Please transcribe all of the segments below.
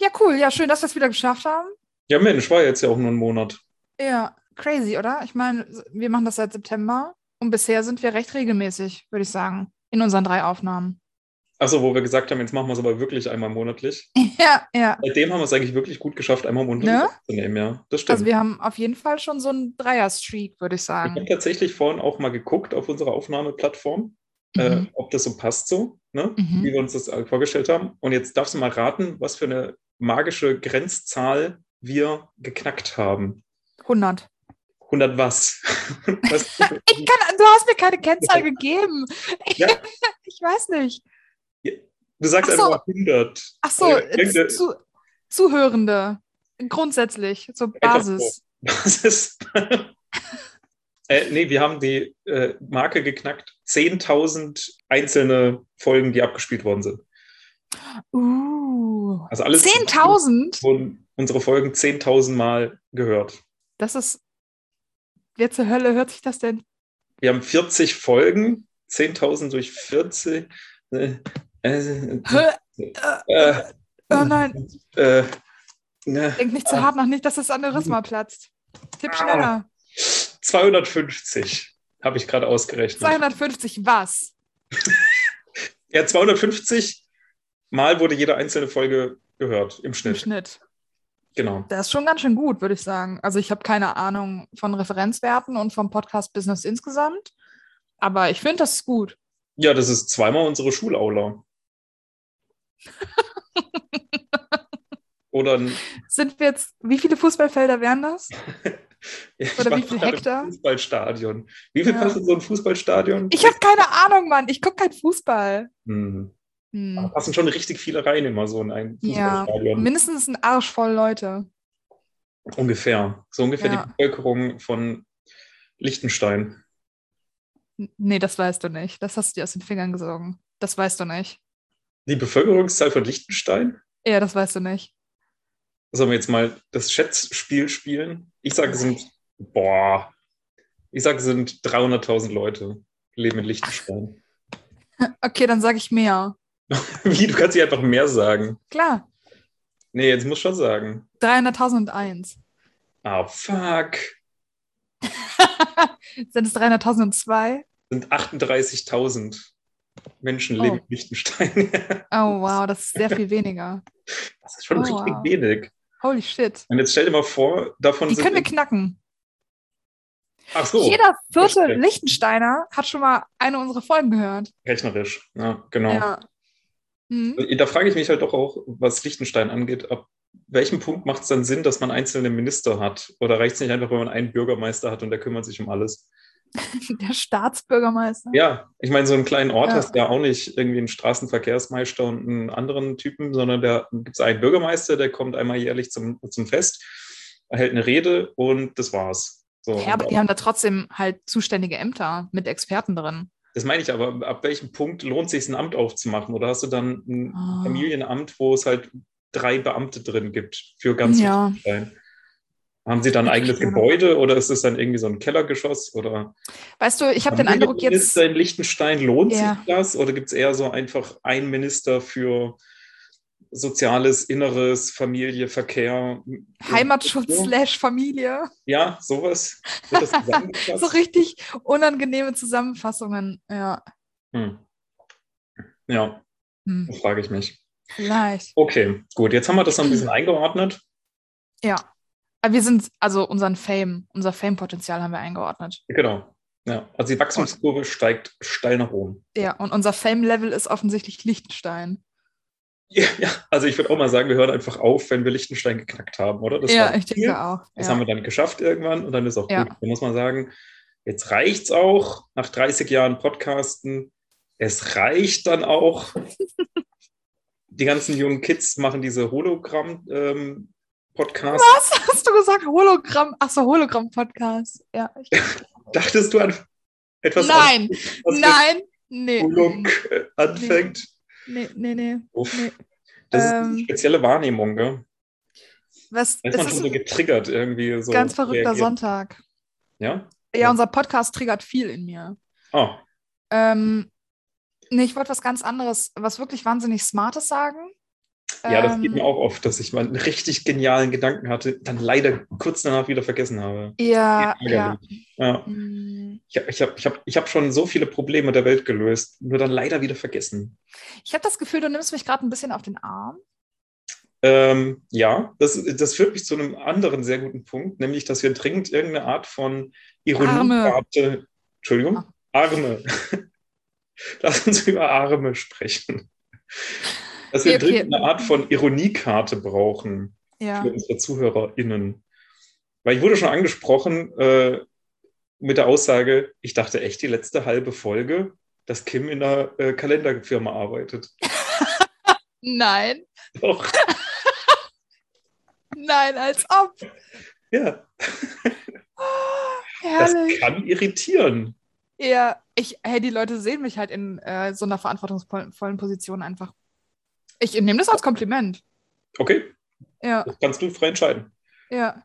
Ja, cool. Ja, schön, dass wir es wieder geschafft haben. Ja, Mensch, war jetzt ja auch nur ein Monat. Ja, crazy, oder? Ich meine, wir machen das seit September und bisher sind wir recht regelmäßig, würde ich sagen, in unseren drei Aufnahmen. Also, wo wir gesagt haben, jetzt machen wir es aber wirklich einmal monatlich. Ja, ja. Seitdem haben wir es eigentlich wirklich gut geschafft, einmal monatlich Ne? aufzunehmen, ja. Das stimmt. Also wir haben auf jeden Fall schon so einen Dreier-Streak, würde ich ich habe sagen. tatsächlich vorhin auch mal geguckt auf unserer Aufnahmeplattform, äh, Mhm. ob das so passt so, ne? wie Mhm. wir uns das äh, vorgestellt haben. Und jetzt darfst du mal raten, was für eine magische Grenzzahl wir geknackt haben. 100. 100 was? was Ich kann, du hast mir keine Kennzahl gegeben. Ja. Ich weiß nicht. du sagst Ach so. einfach 100. Ach so, Ja, Also, ich denke- zu, Zuhörende. Grundsätzlich, zur Basis. Das ist. äh, nee, wir haben die äh, Marke geknackt. 10.000 einzelne Folgen, die abgespielt worden sind. Uh. Also alles. 10.000? Wurden unsere Folgen 10.000 Mal gehört. Das ist. Wer zur Hölle hört sich das denn? Wir haben 40 Folgen. 10.000 durch 40. Äh, äh, Hä? äh, Oh nein, äh, ne, denk nicht zu hart noch nicht, dass das Aneurysma platzt. Tipp schneller. 250 habe ich gerade ausgerechnet. 250, was? Ja, 250 Mal wurde jede einzelne Folge gehört im Im Schnitt. Schnitt. Genau. Das ist schon ganz schön gut, würde ich sagen. Also ich habe keine Ahnung von Referenzwerten und vom Podcast-Business insgesamt, aber ich finde, das ist gut. Ja, das ist zweimal unsere Schulaula. Oder ein- Sind wir jetzt, wie viele Fußballfelder wären das? ja, ich Oder wie war viel gerade im Hektar? Fußballstadion. Wie viel Ja. passt in so ein Fußballstadion? Ich habe keine Ahnung, Mann. Ich gucke kein Fußball. Hm. Da Hm. passen schon richtig viele rein immer so in ein Ja, Fußballstadion. mindestens ein Arsch voll Leute. Ungefähr. So ungefähr Ja. die Bevölkerung von Liechtenstein. N- Nee, das weißt du nicht. Das hast du dir aus den Fingern gesogen. Das weißt du nicht. Die Bevölkerungszahl von Liechtenstein? Ja, das weißt du nicht. Sollen wir jetzt mal das Schätzspiel spielen? Ich sage, es sind, boah, ich sage, es sind 300.000 Leute leben in Liechtenstein. Okay, dann sage ich mehr. Wie, du kannst nicht einfach mehr sagen. Klar, Nee, jetzt muss schon sagen. 300.001. Ah, fuck. Sind es 300.002? Sind 38.000 Menschen Oh. leben in Liechtenstein. Oh, wow, das ist sehr viel weniger. das ist schon Oh, richtig wow. wenig. Holy shit. Und jetzt stell dir mal vor, davon Die sind. können wir knacken. ach so, Jeder vierte verstehe. Liechtensteiner hat schon mal eine unserer Folgen gehört. rechnerisch. Ja, genau. Ja. Hm? Da frage ich mich halt doch auch, was Liechtenstein angeht, ab welchem Punkt macht es dann Sinn, dass man einzelne Minister hat? Oder reicht es nicht einfach, wenn man einen Bürgermeister hat und der kümmert sich um alles? Der Staatsbürgermeister. Ja, ich meine, so einen kleinen Ort Ja. hast du ja auch nicht irgendwie einen Straßenverkehrsmeister und einen anderen Typen, sondern da gibt es einen Bürgermeister, der kommt einmal jährlich zum, zum Fest, hält eine Rede und das war's. So, Ja, aber die haben da trotzdem halt zuständige Ämter mit Experten drin. das meine ich aber, ab welchem Punkt lohnt sich ein Amt aufzumachen? Oder hast du dann ein Ah. Familienamt, wo es halt drei Beamte drin gibt für ganz genau. Ja, genau. sein. Haben Sie dann ein eigenes Keine Gebäude oder ist es dann irgendwie so ein Kellergeschoss? Oder weißt du, ich habe den Haben Sie Eindruck jetzt, Minister in Liechtenstein lohnt Ja. sich das? Oder gibt es eher so einfach einen Minister für Soziales, Inneres, Familie, Verkehr? Heimatschutz slash Familie, Ja, sowas. Wird das zusammengefasst? so richtig unangenehme Zusammenfassungen. Ja, Hm. Ja, hm, das frage ich mich. vielleicht. Okay, gut. Jetzt haben wir das noch ein bisschen eingeordnet. Ja. Aber wir sind, also unseren Fame, unser Fame-Potenzial haben wir eingeordnet. Genau. Ja, also die Wachstumskurve steigt steil nach oben. Ja, und unser Fame-Level ist offensichtlich Liechtenstein. Ja, ja, also ich würde auch mal sagen, wir hören einfach auf, wenn wir Liechtenstein geknackt haben, oder? Das war ja, das ich Ziel. denke auch. Das ja. haben wir dann geschafft irgendwann und dann ist auch Ja. gut. Da muss man sagen, jetzt reicht's auch nach 30 Jahren Podcasten. Es reicht dann auch. Die ganzen jungen Kids machen diese ähm, Hologramm-Podcasts. Was hast du gesagt? Hologramm? Achso, Hologramm-Podcast. Ja. Ich Dachtest du an etwas nein, was nein, nee. mit Holog äh, anfängt? Nee, nee, nee. Uff. Nee. Das ist eine Ähm. spezielle Wahrnehmung, gell? Was, Da es ist man ist schon so ein getriggert irgendwie. So ganz verrückter reagiert. Sonntag. Ja? Ja. Ja, unser Podcast triggert viel in mir. Oh, Ähm, nee, ich wollte was ganz anderes, was wirklich wahnsinnig Smartes sagen. Ja, das geht mir auch oft, dass ich mal einen richtig genialen Gedanken hatte, dann leider kurz danach wieder vergessen habe. Ja, Ah, ja. Ärgerlich. Ja. Mm. Ich, hab- ich habe ich hab, ich hab schon so viele Probleme der Welt gelöst, nur dann leider wieder vergessen. Ich habe das Gefühl, du nimmst mich gerade ein bisschen auf den Arm. Ähm, ja, das, das führt mich zu einem anderen sehr guten Punkt, nämlich, dass wir dringend irgendeine Art von Ironiekarte, Entschuldigung, Ah. Arme. Lass uns über Arme sprechen. Dass wir Okay, okay. dringend eine Art von Ironiekarte brauchen. Ja. für unsere ZuhörerInnen. Weil ich wurde schon angesprochen äh, mit der Aussage, ich dachte echt die letzte halbe Folge, dass Kim in einer äh, Kalenderfirma arbeitet. Nein, Doch, nein, als ob. ja, das Herrlich. kann irritieren. Ja, ich, hey, die Leute sehen mich halt in äh, so einer verantwortungsvollen Position einfach. Ich nehme das als Kompliment. Okay, Ja, das kannst du frei entscheiden. ja.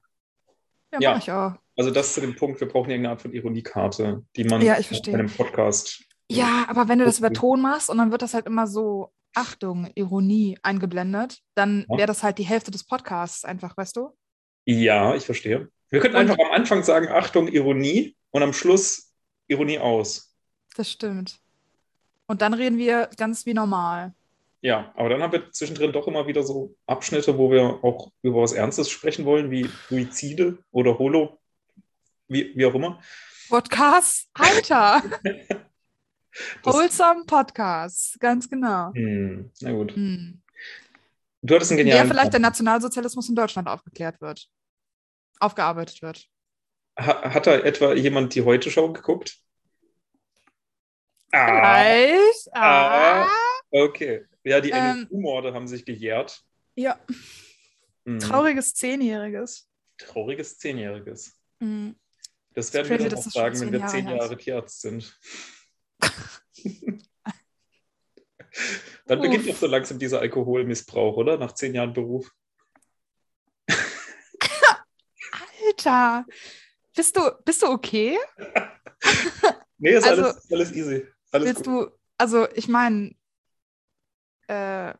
Ja, Ja. mach ich auch. Also das zu dem Punkt, wir brauchen irgendeine Art von Ironiekarte, die man Ja, ich bei verstehe. einem Podcast. Ja, aber wenn du das über Okay. Ton machst und dann wird das halt immer so, Achtung, Ironie eingeblendet, dann Ja. wäre das halt die Hälfte des Podcasts einfach, weißt du? Ja, ich verstehe. Wir könnten Und- einfach am Anfang sagen, Achtung, Ironie und am Schluss Ironie aus. Das stimmt. Und dann reden wir ganz wie normal. Ja, aber dann haben wir zwischendrin doch immer wieder so Abschnitte, wo wir auch über was Ernstes sprechen wollen, wie Suizide oder Holo, wie, wie auch immer. Podcast, Alter! Das- Wholesome Podcast, ganz genau. Hm, na gut. Hm. Du hattest einen In genialen. der vielleicht der Plan. Nationalsozialismus in Deutschland aufgeklärt wird. Aufgearbeitet wird. Ha hat da etwa jemand die Heute-Show geguckt? Ah, Vielleicht. Ah. okay. Ja, die Ähm. NSU-Morde haben sich gejährt. Ja, Hm, trauriges Zehnjähriges. Trauriges Zehnjähriges. Hm. Das werden Crazy, wir dann dass auch das schon sagen, wenn zehn wir Jahre zehn her Jahre Tierarzt sind. Dann beginnt Uff. doch so langsam dieser Alkoholmissbrauch, oder? Nach zehn Jahren Beruf. Alter, bist du, bist du okay? Nee, ist Also- alles, ist alles easy. Alles Willst gut. du, also ich meine, äh,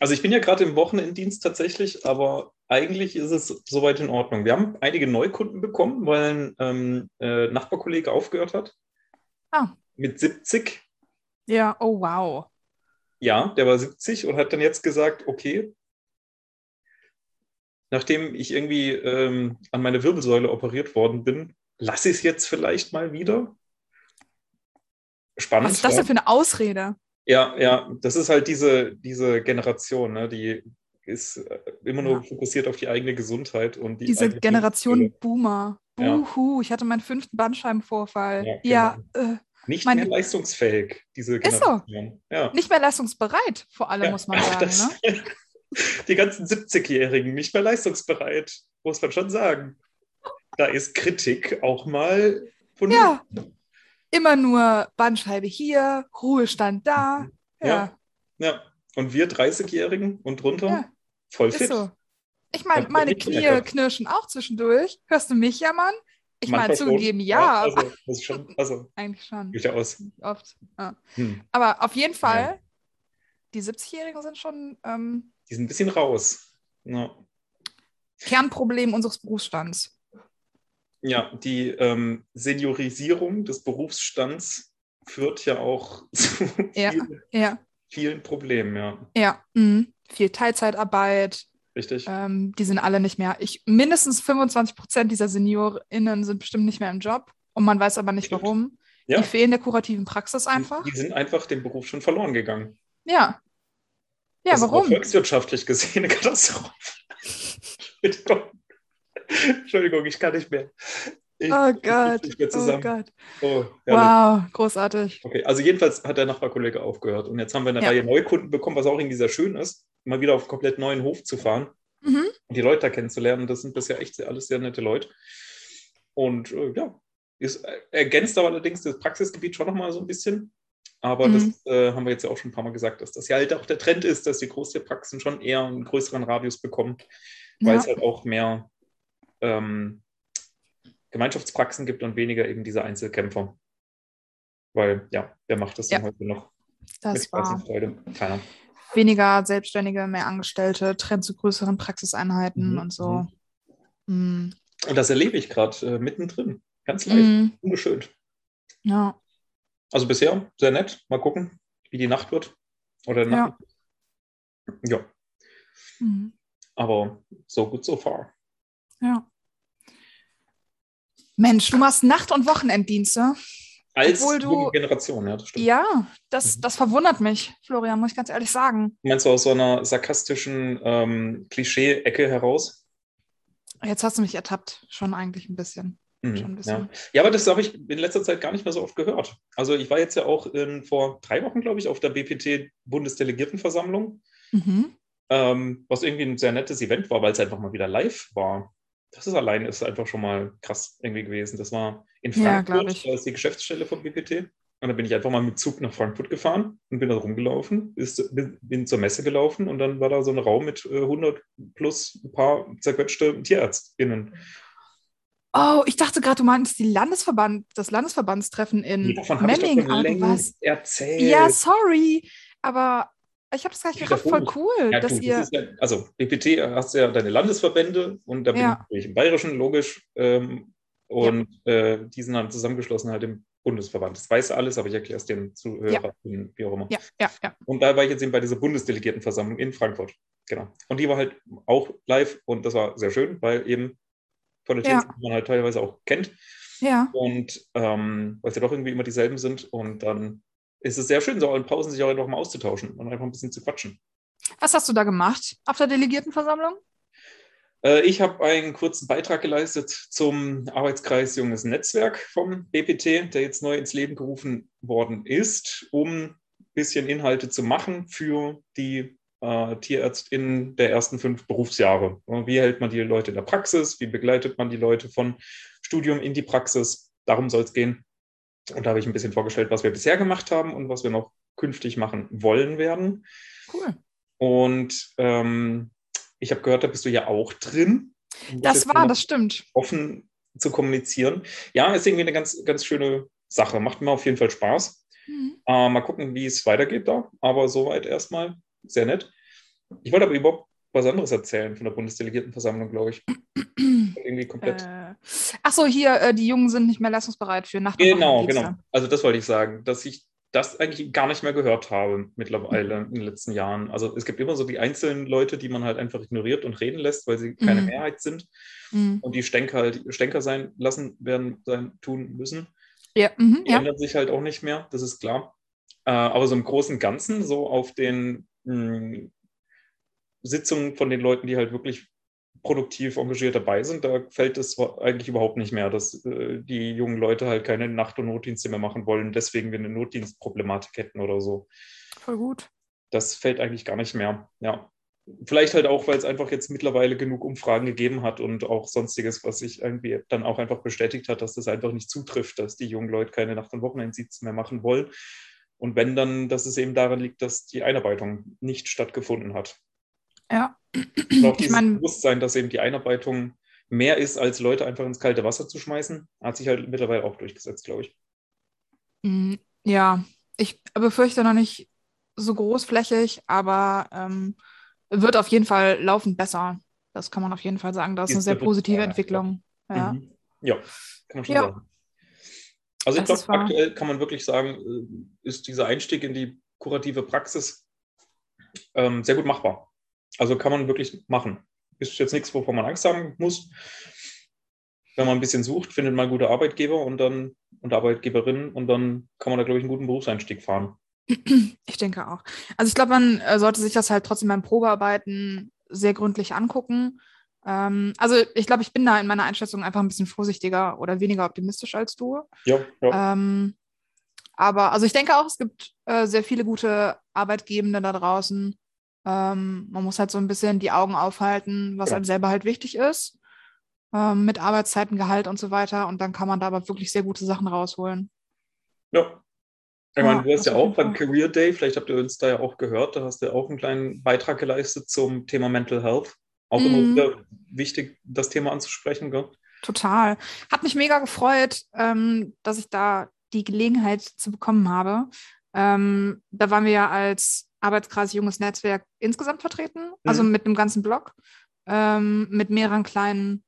Also ich bin ja gerade im Wochenenddienst tatsächlich, aber eigentlich ist es soweit in Ordnung. Wir haben einige Neukunden bekommen, weil ein ähm, äh, Nachbarkollege aufgehört hat. Ah. Mit 70. ja, oh wow. Ja, der war 70 und hat dann jetzt gesagt, okay, nachdem ich irgendwie ähm, an meine Wirbelsäule operiert worden bin, lasse ich es jetzt vielleicht mal wieder. Spannend. Was ist das ja. denn für eine Ausrede? Ja, ja, das ist halt diese, diese Generation, ne? die ist äh, immer nur Ja. fokussiert auf die eigene Gesundheit und die Diese eigene Generation Wirbelsäule. Boomer. Ja. Buhu, ich hatte meinen fünften Bandscheibenvorfall. Ja, genau. Ja, äh, Nicht meine- mehr leistungsfähig, diese Ist so. Generation. Ja. nicht mehr leistungsbereit, vor allem Ja, muss man auch sagen. das- Ne? Die ganzen 70-Jährigen nicht mehr leistungsbereit, muss man schon sagen. Da ist Kritik auch mal von Ja, immer nur Bandscheibe hier, Ruhestand da. Ja, Ja, ja. Und wir 30-Jährigen und drunter, Ja. voll ist fit. so. Ich Kannst meine, du meine nicht mehr Knie kaufen. knirschen auch zwischendurch. Hörst du mich jammern? Ich meine, Manchmal schon. zugegeben, ja, also, das ist schon, also, eigentlich schon. durchaus. Oft. Ja. Hm. Aber auf jeden Fall, Ja. die 70-Jährigen sind schon ähm, Die sind ein bisschen raus. Ja. Kernproblem unseres Berufsstands. Ja, die ähm, Seniorisierung des Berufsstands führt ja auch zu Ja. vielen, Ja, vielen Problemen, ja. ja. Mhm. Viel Teilzeitarbeit, Richtig? ähm, die sind alle nicht mehr. Ich, mindestens 25 Prozent dieser SeniorInnen sind bestimmt nicht mehr im Job und man weiß aber nicht Stimmt. warum. ja. Die fehlen der kurativen Praxis einfach. Die, die sind einfach dem Beruf schon verloren gegangen. Ja. Ja, das Ist auch warum? volkswirtschaftlich gesehen eine Katastrophe. Entschuldigung. Entschuldigung, ich kann nicht mehr. Ich, Oh ich krieg's Gott. Nicht mehr Oh zusammen. Gott. Oh herrlich. Wow, großartig. Okay, also jedenfalls hat der Nachbarkollege aufgehört und jetzt haben wir eine Ja. Reihe Neukunden bekommen, was auch irgendwie sehr schön ist, mal wieder auf einen komplett neuen Hof zu fahren. Mhm. und die Leute da kennenzulernen. Das sind bisher echt sehr- alles sehr nette Leute. Und äh, ja, ist, äh, ergänzt aber allerdings das Praxisgebiet schon nochmal so ein bisschen. Aber Mhm. das äh, haben wir jetzt ja auch schon ein paar Mal gesagt, dass das ja halt auch der Trend ist, dass die Großtierpraxen schon eher einen größeren Radius bekommen, weil Ja. es halt auch mehr ähm, Gemeinschaftspraxen gibt und weniger eben diese Einzelkämpfer. Weil, ja, wer macht das denn heute noch? Das Spaß war. und Freude. Keiner. weniger Selbstständige, mehr Angestellte, Trend zu größeren Praxiseinheiten Mhm. und so. Mhm. Und das erlebe ich gerade äh, mittendrin. Ganz leicht, Mhm. ungeschönt. Ja. Also bisher sehr nett. Mal gucken, wie die Nacht wird. Oder Ja. Nacht. Ja. ja, Mhm. aber so gut so far. ja. Mensch, du machst Nacht- und Wochenenddienste. Als Obwohl du- junge Generation, ja, das stimmt. Ja, das, Mhm. das verwundert mich, Florian, muss ich ganz ehrlich sagen. Meinst du aus so einer sarkastischen ähm, Klischee-Ecke heraus? Jetzt hast du mich ertappt, schon eigentlich ein bisschen. Mhm, Schon ein ja. bisschen. ja, aber das habe ich in letzter Zeit gar nicht mehr so oft gehört. Also ich war jetzt ja auch in, vor drei Wochen, glaube ich, auf der BPT-Bundesdelegiertenversammlung, Mhm. ähm, was irgendwie ein sehr nettes Event war, weil es einfach mal wieder live war. Das ist allein ist einfach schon mal krass irgendwie gewesen. Das war in Ja, glaub Frankfurt, ich. da ist die Geschäftsstelle vom BPT. Und da bin ich einfach mal mit Zug nach Frankfurt gefahren und bin da rumgelaufen, ist, bin, bin zur Messe gelaufen und dann war da so ein Raum mit äh, 100 plus ein paar zerquetschte TierärztInnen. Oh, ich dachte gerade, du meintest die Landesverband, das Landesverbandstreffen in Davon habe ich doch Memming schon an. Was? längst erzählt. ah, Ja, sorry, aber ich habe es gleich Ich gerafft. Voll wiederhole cool, Ja, dass du, ihr. das ist ja, also BPT hast ja deine Landesverbände und da bin Ja. ich im Bayerischen, logisch. Ähm, und äh, die sind dann zusammengeschlossen halt im Bundesverband. Das weiß alles, aber ich erkläre es den Zuhörern, wie auch immer. Ja, ja, ja. Und da war ich jetzt eben bei dieser Bundesdelegiertenversammlung in Frankfurt. Genau. Und die war halt auch live und das war sehr schön, weil eben Politics, Ja. die man halt teilweise auch kennt Ja, und ähm, weil sie doch irgendwie immer dieselben sind. Und dann ist es sehr schön, so in Pausen sich auch einfach mal auszutauschen und einfach ein bisschen zu quatschen. was hast du da gemacht auf der Delegiertenversammlung? Äh, Ich habe einen kurzen Beitrag geleistet zum Arbeitskreis Junges Netzwerk vom BPT, der jetzt neu ins Leben gerufen worden ist, um ein bisschen Inhalte zu machen für die äh, TierärztInnen der ersten fünf Berufsjahre. Äh, Wie hält man die Leute in der Praxis? Wie begleitet man die Leute von Studium in die Praxis? Darum soll es gehen. Und da habe ich ein bisschen vorgestellt, was wir bisher gemacht haben und was wir noch künftig machen wollen werden. Cool. Und ähm, ich habe gehört, da bist du ja auch drin. Um Das jetzt war, mal das stimmt. Offen zu kommunizieren. Ja, ist irgendwie eine ganz, ganz schöne Sache. Macht mir auf jeden Fall Spaß. Mhm. Äh, mal gucken, wie es weitergeht da. Aber soweit erstmal sehr nett. Ich wollte aber überhaupt was anderes erzählen von der Bundesdelegiertenversammlung, glaube ich. Irgendwie komplett. Äh, ach so, hier, äh, die Jungen sind nicht mehr leistungsbereit für Nacht- und genau, Wochendienste. genau. Also das wollte ich sagen, dass ich das eigentlich gar nicht mehr gehört habe mittlerweile in den letzten Jahren. Also es gibt immer so die einzelnen Leute, die man halt einfach ignoriert und reden lässt, weil sie keine Mhm. Mehrheit sind. Mhm. und die Stänker halt Stänker sein lassen werden, sein, tun müssen. Ja, mhm, Die ja. ändern sich halt auch nicht mehr, das ist klar. Äh, aber so im Großen und Ganzen, so auf den mh, Sitzungen von den Leuten, die halt wirklich produktiv engagiert dabei sind, da fällt es eigentlich überhaupt nicht mehr, dass äh, die jungen Leute halt keine Nacht- und Notdienste mehr machen wollen, deswegen wir eine Notdienstproblematik hätten oder so. Voll gut. Das fällt eigentlich gar nicht mehr. Ja. Vielleicht halt auch, weil es einfach jetzt mittlerweile genug Umfragen gegeben hat und auch sonstiges, was sich irgendwie dann auch einfach bestätigt hat, dass das einfach nicht zutrifft, dass die jungen Leute keine Nacht- und Wochenenddienste mehr machen wollen. Und wenn dann, dass es eben daran liegt, dass die Einarbeitung nicht stattgefunden hat. Ja. Und auch Ich dieses meine, Bewusstsein, dass eben die Einarbeitung mehr ist, als Leute einfach ins kalte Wasser zu schmeißen, hat sich halt mittlerweile auch durchgesetzt, glaube ich. Mm, Ja, ich befürchte noch nicht so großflächig, aber ähm, wird auf jeden Fall laufend besser. Das kann man auf jeden Fall sagen. Das ist eine Ist sehr eine positive Frage, Entwicklung. Ja. Mhm. ja, kann man schon Ja. sagen. Also ich Das ist glaube, wahr. aktuell kann man wirklich sagen, äh, ist dieser Einstieg in die kurative Praxis ähm, sehr gut machbar. Also kann man wirklich machen. Ist jetzt nichts, wovon man Angst haben muss. Wenn man ein bisschen sucht, findet man gute Arbeitgeber und dann und Arbeitgeberinnen und dann kann man da, glaube ich, einen guten Berufseinstieg fahren. Ich denke auch. Also ich glaube, man äh, sollte sich das halt trotzdem beim Probearbeiten sehr gründlich angucken. Ähm, also ich glaube, ich bin da in meiner Einschätzung einfach ein bisschen vorsichtiger oder weniger optimistisch als du. Ja, ja. Ähm, aber also ich denke auch, es gibt äh, sehr viele gute Arbeitgebende da draußen. Ähm, man muss halt so ein bisschen die Augen aufhalten, was Genau. einem selber halt wichtig ist, ähm, mit Arbeitszeiten, Gehalt und so weiter. Und dann kann man da aber wirklich sehr gute Sachen rausholen. Ja. Ich meine, Ja, du hast auf ja jeden auch beim Fall. Career Day, vielleicht habt ihr uns da ja auch gehört, da hast du ja auch einen kleinen Beitrag geleistet zum Thema Mental Health. Auch immer Mhm. wieder wichtig, das Thema anzusprechen, gell? Total. Hat mich mega gefreut, ähm, dass ich da die Gelegenheit zu bekommen habe. Ähm, da waren wir ja als Arbeitskreis Junges Netzwerk insgesamt vertreten, mhm. also mit einem ganzen Blog, ähm, mit mehreren kleinen,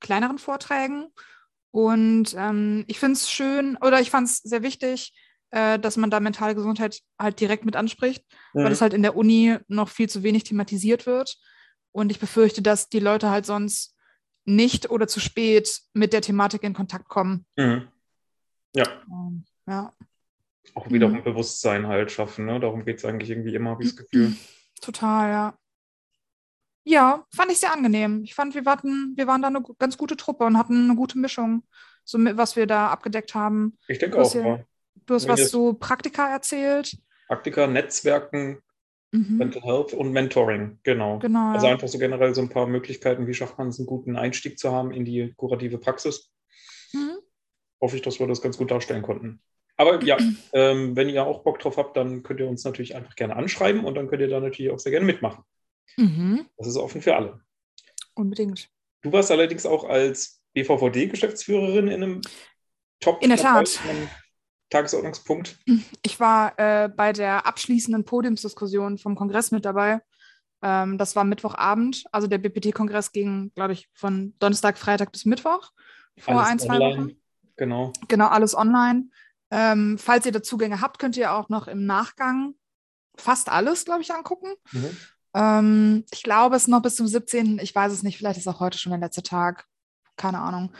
kleineren Vorträgen. Und ähm, ich finde es schön oder ich fand es sehr wichtig, äh, dass man da mentale Gesundheit halt direkt mit anspricht, mhm. weil das halt in der Uni noch viel zu wenig thematisiert wird. Und ich befürchte, dass die Leute halt sonst nicht oder zu spät mit der Thematik in Kontakt kommen. Mhm. Ja. Ähm, ja. Auch wiederum mhm. Bewusstsein halt schaffen, ne? Darum geht es eigentlich irgendwie immer, habe ich Mhm. das Gefühl. Total, ja. Ja, fand ich sehr angenehm. Ich fand, wir, warten, wir waren da eine ganz gute Truppe und hatten eine gute Mischung, so mit, was wir da abgedeckt haben. Ich denke auch. Ja, du hast was zu so Praktika erzählt. Praktika, Netzwerken, mhm. Mental Health und Mentoring, genau. genau also einfach so generell so ein paar Möglichkeiten, wie schafft man es, einen guten Einstieg zu haben in die kurative Praxis. Mhm. Hoffe ich, dass wir das ganz gut darstellen konnten. Aber ja, ähm, wenn ihr auch Bock drauf habt, dann könnt ihr uns natürlich einfach gerne anschreiben und dann könnt ihr da natürlich auch sehr gerne mitmachen. Mhm. Das ist offen für alle. Unbedingt. Du warst allerdings auch als BVVD-Geschäftsführerin in einem top in der Tat. Tagesordnungspunkt. Ich war äh, bei der abschließenden Podiumsdiskussion vom Kongress mit dabei. Ähm, das war Mittwochabend. Also der BPT-Kongress ging, glaube ich, von Donnerstag, Freitag bis Mittwoch. Vor alles ein, zwei Wochen. Genau. Genau, alles online. Ähm, falls ihr da Zugänge habt, könnt ihr auch noch im Nachgang fast alles, glaube ich, angucken. Mhm ich glaube, es ist noch bis zum 17. Ich weiß es nicht. Vielleicht ist auch heute schon der letzte Tag. Keine Ahnung.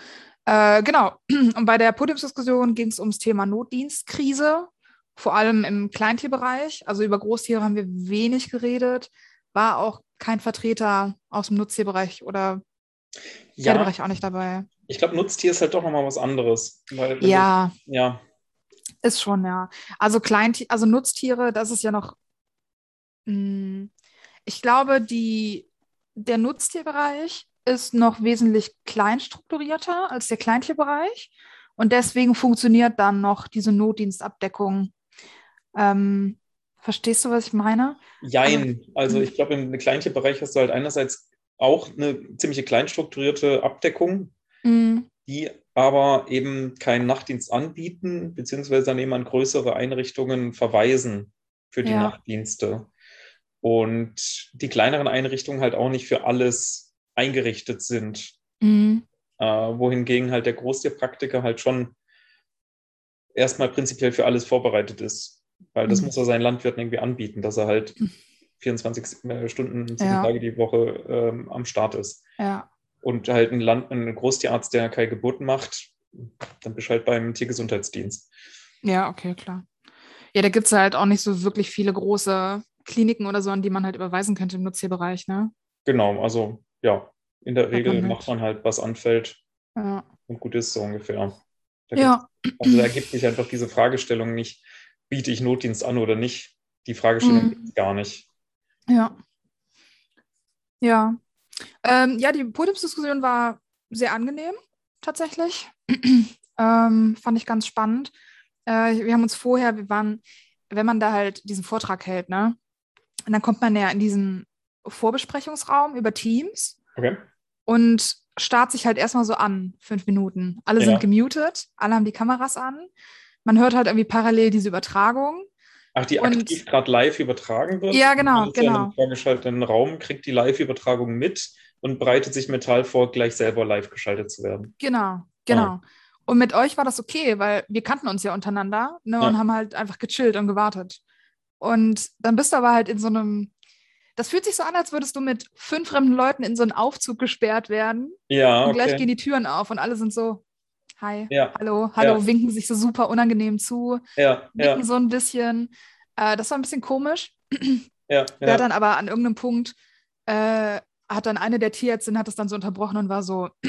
Äh, genau. Und bei der Podiumsdiskussion ging es ums Thema Notdienstkrise, vor allem im Kleintierbereich. Also über Großtiere haben wir wenig geredet. War auch kein Vertreter aus dem Nutztierbereich oder ja. Tierbereich auch nicht dabei. Ich glaube, Nutztier ist halt doch nochmal was anderes. Weil, ja. Du, ja. Ist schon, ja. Also Kleintier, also Nutztiere, das ist ja noch. Mh, ich glaube, die, der Nutztierbereich ist noch wesentlich kleinstrukturierter als der Kleintierbereich. Und deswegen funktioniert dann noch diese Notdienstabdeckung. Ähm, verstehst du, was ich meine? Jein. Also ich glaube, im Kleintierbereich hast du halt einerseits auch eine ziemliche kleinstrukturierte Abdeckung, mhm. die aber eben keinen Nachtdienst anbieten, beziehungsweise dann eben an größere Einrichtungen verweisen für die ja. Nachtdienste und die kleineren Einrichtungen halt auch nicht für alles eingerichtet sind. Mhm. Äh, wohingegen halt der Großtierpraktiker halt schon erstmal prinzipiell für alles vorbereitet ist. Weil das mhm. muss er seinen Landwirten irgendwie anbieten, dass er halt 24 Stunden, sieben ja. Tage die Woche ähm, am Start ist. Ja. Und halt ein, Land, ein Großtierarzt, der keine Geburten macht, dann bist halt beim Tiergesundheitsdienst. Ja, okay, klar. Ja, da gibt es halt auch nicht so wirklich viele große Kliniken oder so, an die man halt überweisen könnte im Nutztierbereich, ne? Genau, also ja, in der Regel man macht man halt, was anfällt ja. und gut ist so ungefähr. Da ja. Gibt, also da gibt sich einfach diese Fragestellung nicht, biete ich Notdienst an oder nicht. Die Fragestellung mhm. gibt es gar nicht. Ja. Ja. Ähm, ja, die Podiumsdiskussion war sehr angenehm, tatsächlich. ähm, fand ich ganz spannend. Äh, wir haben uns vorher, wir waren, wenn man da halt diesen Vortrag hält, ne? Und dann kommt man ja in diesen Vorbesprechungsraum über Teams okay. und starrt sich halt erstmal so an, fünf Minuten. Alle ja. sind gemutet, alle haben die Kameras an. Man hört halt irgendwie parallel diese Übertragung. Ach, die und, aktiv gerade live übertragen wird? Ja, genau. genau. In einem vorgeschalteten halt Raum kriegt die Live-Übertragung mit und bereitet sich mental vor, gleich selber live geschaltet zu werden. Genau, genau. Ah. Und mit euch war das okay, weil wir kannten uns ja untereinander ne, ja. und haben halt einfach gechillt und gewartet. Und dann bist du aber halt in so einem, das fühlt sich so an, als würdest du mit fünf fremden Leuten in so einen Aufzug gesperrt werden. Ja. Und gleich Ah, okay. gehen die Türen auf und alle sind so, hi, ja. hallo, hallo, ja. winken sich so super unangenehm zu, ja. winken so ein bisschen. Äh, das war ein bisschen komisch. Ja. ja. dann aber an irgendeinem Punkt äh, hat dann eine der Tierärztinnen hat das dann so unterbrochen und war so,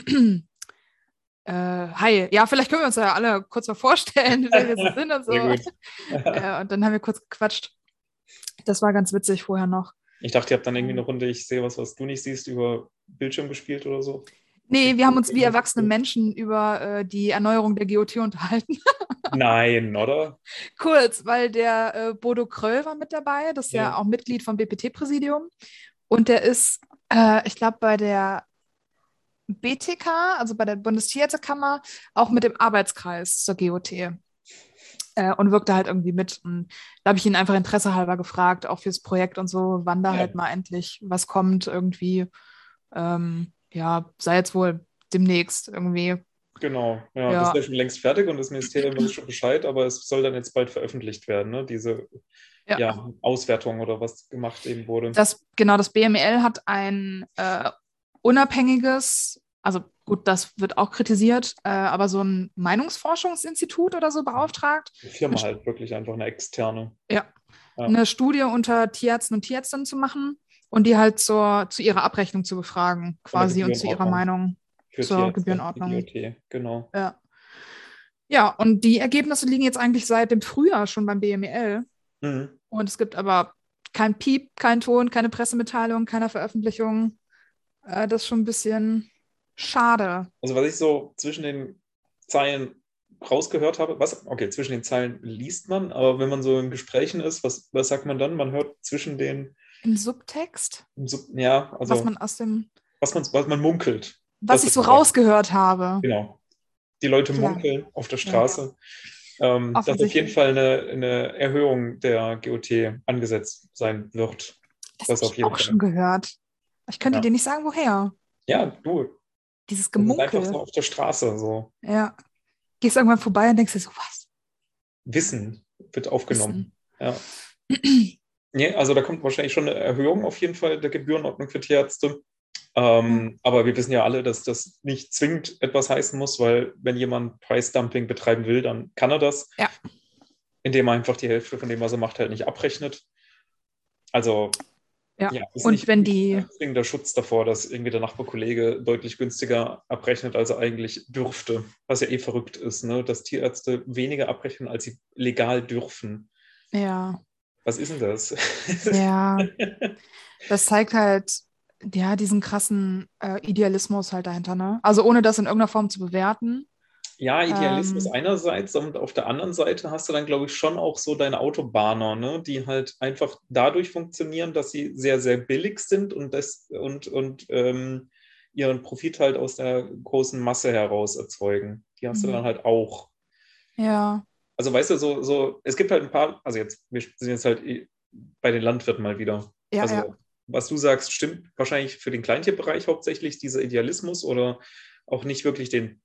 Uh, hi, ja, vielleicht können wir uns ja alle kurz mal vorstellen, wer wir so sind und so. uh, und dann haben wir kurz gequatscht. Das war ganz witzig vorher noch. Ich dachte, ihr habt dann irgendwie eine Runde, ich sehe was, was du nicht siehst, über Bildschirm gespielt oder so. Nee, wir haben uns wie erwachsene Menschen über äh, die Erneuerung der GOT unterhalten. Nein, oder? Kurz, weil der äh, Bodo Kröll war mit dabei, das ist ja, ja auch Mitglied vom BPT-Präsidium. Und der ist, äh, ich glaube, bei der BTK, also bei der Bundestierärztekammer, auch mit dem Arbeitskreis zur GOT. äh, und wirkte halt irgendwie mit. Und da habe ich ihn einfach Interesse halber gefragt, auch fürs Projekt und so, wann da Ja. halt mal endlich was kommt irgendwie. Ähm, ja, sei jetzt wohl demnächst irgendwie. Genau, ja, Ja. das ist ja schon längst fertig und das Ministerium weiß schon Bescheid, aber es soll dann jetzt bald veröffentlicht werden, ne? diese ja. Ja. Auswertung oder was gemacht eben wurde. Das, genau, das BML hat ein äh, unabhängiges, also gut, das wird auch kritisiert, äh, aber so ein Meinungsforschungsinstitut oder so beauftragt. Die Firma halt wirklich einfach eine externe. Ja. eine Studie unter Tierärzten und Tierärztinnen zu machen und die halt zur, zu ihrer Abrechnung zu befragen, quasi und zu ihrer Meinung. Für Zur Tierärzte, Gebührenordnung. IGOT, Genau. Ja. ja, und die Ergebnisse liegen jetzt eigentlich seit dem Frühjahr schon beim BMEL. Mhm. Und es gibt aber kein Piep, kein Ton, keine Pressemitteilung, keine Veröffentlichung. Äh, das ist schon ein bisschen schade. Also was ich so zwischen den Zeilen rausgehört habe, was, okay, zwischen den Zeilen liest man, aber wenn man so in Gesprächen ist, was, was sagt man dann? Man hört zwischen den, Im Subtext, ja, also was man aus dem, was man, was man munkelt. was Das ich ist so klar. rausgehört habe. Genau. Die Leute Klar. munkeln auf der Straße. Ähm, dass auf Offensichtlich. jeden Fall eine, eine Erhöhung der GOT angesetzt sein wird. Das Das habe auf ich jeden auch Fall. schon gehört. Ich könnte Ja. dir nicht sagen, woher. Ja, du. Dieses Das ist Gemunkel. einfach so auf der Straße. So. Ja. Gehst irgendwann vorbei und denkst dir so, was? Wissen wird ist aufgenommen. Ja. denn? Nee, also da kommt wahrscheinlich schon eine Erhöhung auf jeden Fall der Gebührenordnung für Tierärzte. Ähm, Mhm. Aber wir wissen ja alle, dass das nicht zwingend etwas heißen muss, weil wenn jemand Preisdumping betreiben will, dann kann er das. Ja. Indem er einfach die Hälfte von dem, was er macht, halt nicht abrechnet. Also Ja. ist Und nicht wenn die- ein zwingender Schutz davor, dass irgendwie der Nachbarkollege deutlich günstiger abrechnet, als er eigentlich dürfte. Was ja eh verrückt ist, ne? dass Tierärzte weniger abrechnen, als sie legal dürfen. Ja, Was ist denn das? ja. Das zeigt halt, ja, diesen krassen äh, Idealismus halt dahinter, ne? Also ohne das in irgendeiner Form zu bewerten. Ja, Idealismus Ähm. einerseits und auf der anderen Seite hast du dann, glaube ich, schon auch so deine Autobahner, ne? die halt einfach dadurch funktionieren, dass sie sehr, sehr billig sind und, das, und, und ähm, ihren Profit halt aus der großen Masse heraus erzeugen. Die hast du Mhm. dann halt auch. Ja, Also weißt du, so, so, es gibt halt ein paar, also jetzt, wir sind jetzt halt eh bei den Landwirten mal wieder. ja, also ja. was du sagst, stimmt wahrscheinlich für den Kleintierbereich hauptsächlich dieser Idealismus oder auch nicht wirklich den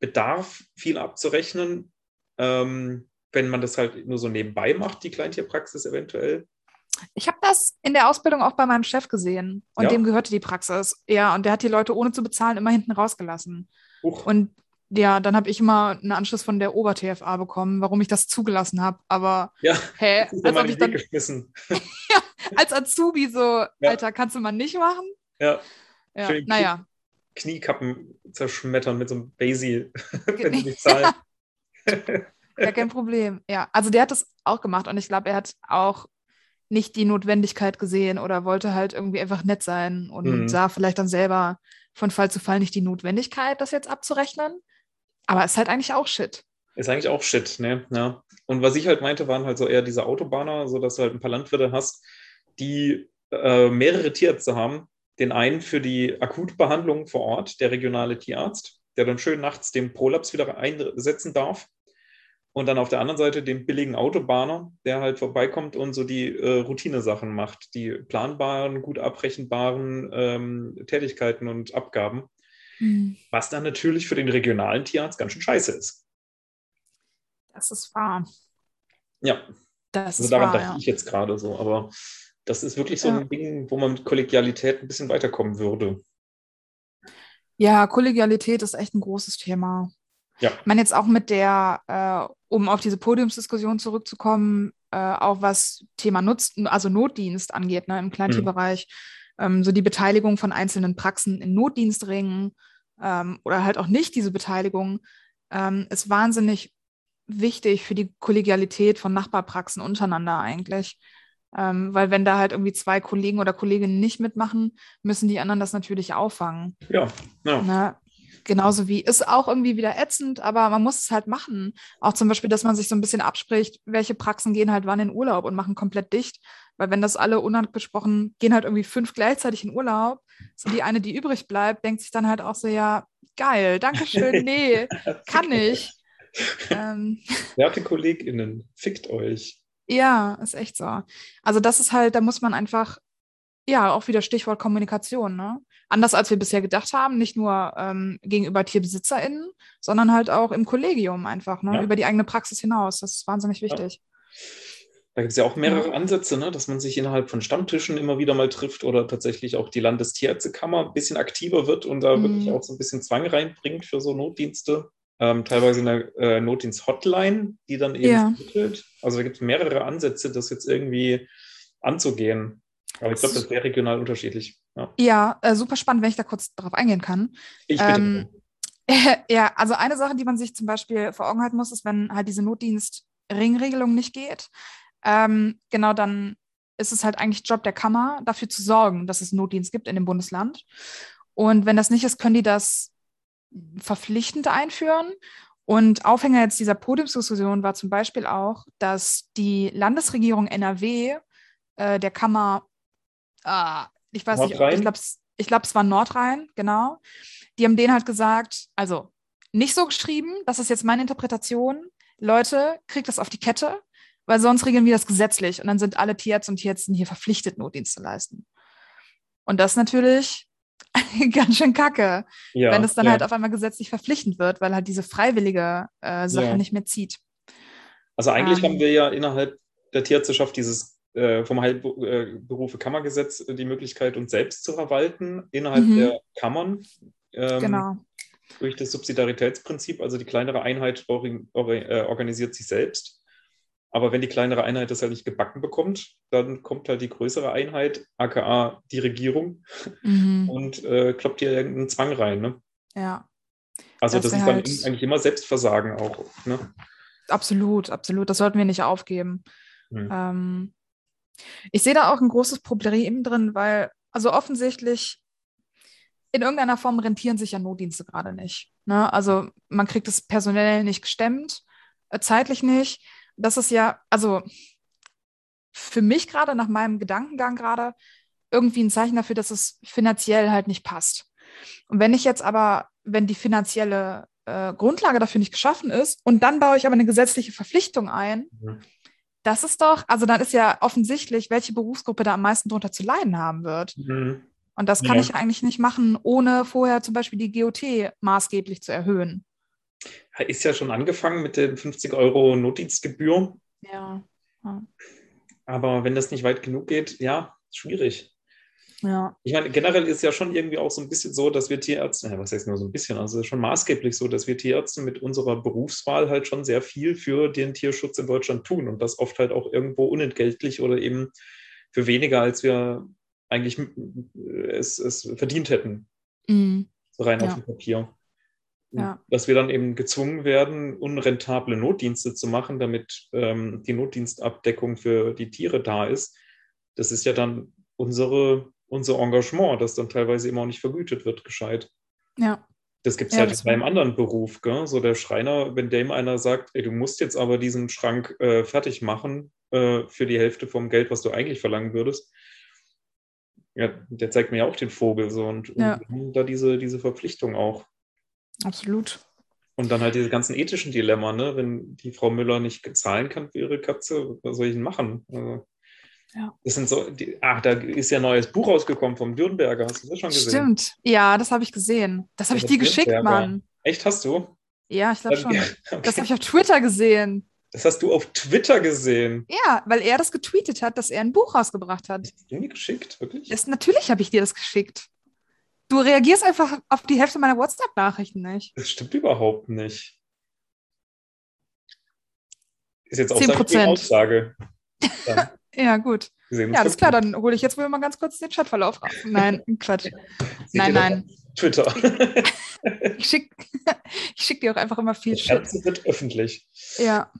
Bedarf, viel abzurechnen, ähm, wenn man das halt nur so nebenbei macht, die Kleintierpraxis eventuell. Ich habe das in der Ausbildung auch bei meinem Chef gesehen und Ja? dem gehörte die Praxis. Ja, und der hat die Leute ohne zu bezahlen immer hinten rausgelassen. Huch, Und ja, dann habe ich immer einen Anschluss von der Ober-TFA bekommen, warum ich das zugelassen habe. Aber ja, hä, das ist als, mal ob in ich den dann, Weg geschmissen. als Azubi so, Ja. Alter, kannst du mal nicht machen? Ja, Ja, Schön. naja. Kniekappen zerschmettern mit so einem Basie, wenn sie nicht zahlen. Gar kein Problem. Ja, also der hat das auch gemacht und ich glaube, er hat auch nicht die Notwendigkeit gesehen oder wollte halt irgendwie einfach nett sein und Mhm. sah vielleicht dann selber von Fall zu Fall nicht die Notwendigkeit, das jetzt abzurechnen. Aber ist halt eigentlich auch Shit. Ist eigentlich auch Shit, ne? Ja. Und was ich halt meinte, waren halt so eher diese Autobahner, so dass du halt ein paar Landwirte hast, die äh, mehrere Tierärzte haben. Den einen für die Akutbehandlung vor Ort, der regionale Tierarzt, der dann schön nachts den Prolaps wieder einsetzen darf. Und dann auf der anderen Seite den billigen Autobahner, der halt vorbeikommt und so die äh, Routinesachen macht, die planbaren, gut abrechenbaren ähm, Tätigkeiten und Abgaben, Mhm. was dann natürlich für den regionalen Tierarzt ganz schön scheiße ist. Das ist wahr. Ja, Das Also ist daran wahr. dachte Ja. ich jetzt gerade so, aber das ist wirklich so Ja. ein Ding, wo man mit Kollegialität ein bisschen weiterkommen würde. ja, Kollegialität ist echt ein großes Thema. Ja. Ich meine jetzt auch mit der, äh, um auf diese Podiumsdiskussion zurückzukommen, äh, auch was Thema Nutz, also Notdienst angeht, ne, im Kleintierbereich, ähm, so die Beteiligung von einzelnen Praxen in Notdienstringen ähm, oder halt auch nicht diese Beteiligung, ähm, ist wahnsinnig wichtig für die Kollegialität von Nachbarpraxen untereinander eigentlich. Ähm, weil wenn da halt irgendwie zwei Kollegen oder Kolleginnen nicht mitmachen, müssen die anderen das natürlich auffangen. Ja, ja. Ne? Genauso wie ist auch irgendwie wieder ätzend, aber man muss es halt machen. Auch zum Beispiel, dass man sich so ein bisschen abspricht, welche Praxen gehen halt wann in Urlaub und machen komplett dicht. Weil wenn das alle unabgesprochen, gehen halt irgendwie fünf gleichzeitig in Urlaub. So die eine, die übrig bleibt, denkt sich dann halt auch so, ja, geil, danke schön, nee, kann ich. ähm, Werte KollegInnen, fickt euch. ja, ist echt so. Also das ist halt, da muss man einfach, ja, auch wieder Stichwort Kommunikation, ne? Anders als wir bisher gedacht haben, nicht nur ähm, gegenüber TierbesitzerInnen, sondern halt auch im Kollegium einfach, ne? Ja. Über die eigene Praxis hinaus. Das ist wahnsinnig wichtig. Da gibt es ja auch mehrere Ansätze, ne? dass man sich innerhalb von Stammtischen immer wieder mal trifft oder tatsächlich auch die Landestierärztekammer ein bisschen aktiver wird und da Mhm. wirklich auch so ein bisschen Zwang reinbringt für so Notdienste. Ähm, teilweise in der äh, Notdienst-Hotline, die dann eben Ja. vermittelt. Also da gibt es mehrere Ansätze, das jetzt irgendwie anzugehen. Aber ich glaube, das ist sehr regional unterschiedlich. Ja. Ja, äh, super spannend, wenn ich da kurz drauf eingehen kann. Ich bitte. Ähm, ja, also eine Sache, die man sich zum Beispiel vor Augen halten muss, ist, wenn halt diese Notdienst-Ringregelung nicht geht, ähm, genau dann ist es halt eigentlich Job der Kammer, dafür zu sorgen, dass es Notdienst gibt in dem Bundesland. Und wenn das nicht ist, können die das verpflichtend einführen. Und Aufhänger jetzt dieser Podiumsdiskussion war zum Beispiel auch, dass die Landesregierung NRW äh, der Kammer, ah, ich weiß nicht, ob- Nordrhein? ich glaube, ich glaub, es war Nordrhein, genau. Die haben denen halt gesagt, also nicht so geschrieben, das ist jetzt meine Interpretation. Leute, kriegt das auf die Kette, weil sonst regeln wir das gesetzlich und dann sind alle Tierärzte und Tierärztinnen hier verpflichtet, Notdienst zu leisten. Und das ist natürlich ganz schön kacke ja, wenn das dann ja. halt auf einmal gesetzlich verpflichtend wird, weil halt diese freiwillige äh, Sache Ja. nicht mehr zieht. Also eigentlich Ähm, haben wir ja innerhalb der Tierärzteschaft dieses äh, vom Heilberufe Kammergesetz äh, die Möglichkeit, uns selbst zu verwalten innerhalb Mhm. der Kammern. Ähm, genau. Durch das Subsidiaritätsprinzip, also die kleinere Einheit ori- ori- äh, organisiert sich selbst. Aber wenn die kleinere Einheit das halt nicht gebacken bekommt, dann kommt halt die größere Einheit, aka die Regierung, Mhm. und äh, kloppt hier irgendeinen Zwang rein. Ne? Ja, Also Das das, wär ist dann halt- in- eigentlich immer Selbstversagen auch. Ne? absolut, absolut. Das sollten wir nicht aufgeben. Hm. Ähm, ich sehe da auch ein großes Problem drin, weil, also offensichtlich, in irgendeiner Form rentieren sich ja Notdienste gerade nicht. Ne? Also man kriegt es personell nicht gestemmt, äh, zeitlich nicht. Das ist ja, also für mich gerade, nach meinem Gedankengang gerade, irgendwie ein Zeichen dafür, dass es finanziell halt nicht passt. Und wenn ich jetzt aber, wenn die finanzielle äh, Grundlage dafür nicht geschaffen ist und dann baue ich aber eine gesetzliche Verpflichtung ein, Mhm. das ist doch, also dann ist ja offensichtlich, welche Berufsgruppe da am meisten drunter zu leiden haben wird. Mhm. Und das kann Ja. ich eigentlich nicht machen, ohne vorher zum Beispiel die GOT maßgeblich zu erhöhen. Ist ja schon angefangen mit den 50 Euro Notdienstgebühr. Ja. Aber wenn das nicht weit genug geht, ja, schwierig. Ja. Ich meine, generell ist ja schon irgendwie auch so ein bisschen so, dass wir Tierärzte, naja, was heißt nur so ein bisschen, also schon maßgeblich so, dass wir Tierärzte mit unserer Berufswahl halt schon sehr viel für den Tierschutz in Deutschland tun und das oft halt auch irgendwo unentgeltlich oder eben für weniger, als wir eigentlich äh, es, es verdient hätten, Mhm. so rein Ja. auf dem Papier. Ja. Dass wir dann eben gezwungen werden, unrentable Notdienste zu machen, damit ähm, die Notdienstabdeckung für die Tiere da ist. Das ist ja dann unsere, unser Engagement, das dann teilweise immer auch nicht vergütet wird, gescheit. ja. Das gibt es Ja, halt das in einem anderen Beruf. Gell? So der Schreiner, wenn dem einer sagt, ey, du musst jetzt aber diesen Schrank äh, fertig machen äh, für die Hälfte vom Geld, was du eigentlich verlangen würdest, ja, der zeigt mir ja auch den Vogel so und, und Ja. wir haben da diese, diese Verpflichtung auch. Absolut. Und dann halt diese ganzen ethischen Dilemma, ne? Wenn die Frau Müller nicht zahlen kann für ihre Katze, was soll ich denn machen? Also, Ja. Das sind so, die, ach, da ist ja ein neues Buch rausgekommen vom Dürnberger. Hast du das schon gesehen? Stimmt. Ja, das habe ich gesehen. Das habe ich Ja, dir geschickt, Nürnberger. Mann. Echt, hast du? Ja, ich glaube schon. Okay. Das habe ich auf Twitter gesehen. Das hast du auf Twitter gesehen. Ja, weil er das getweetet hat, dass er ein Buch rausgebracht hat. Hast du mir geschickt, wirklich? Das, natürlich habe ich dir das geschickt. Du reagierst einfach auf die Hälfte meiner WhatsApp-Nachrichten nicht. Das stimmt überhaupt nicht. Ist jetzt auch 10%. eine Aussage. Dann, Ja, gut. wir sehen uns Ja, das ist klar. fünf- Dann hole ich jetzt wohl mal ganz kurz den Chatverlauf raus. Nein, Quatsch. seht Nein, ihr das nein. auf Twitter. Ich schicke ich schick dir auch einfach immer viel Das Shit. Ganze wird öffentlich. Ja.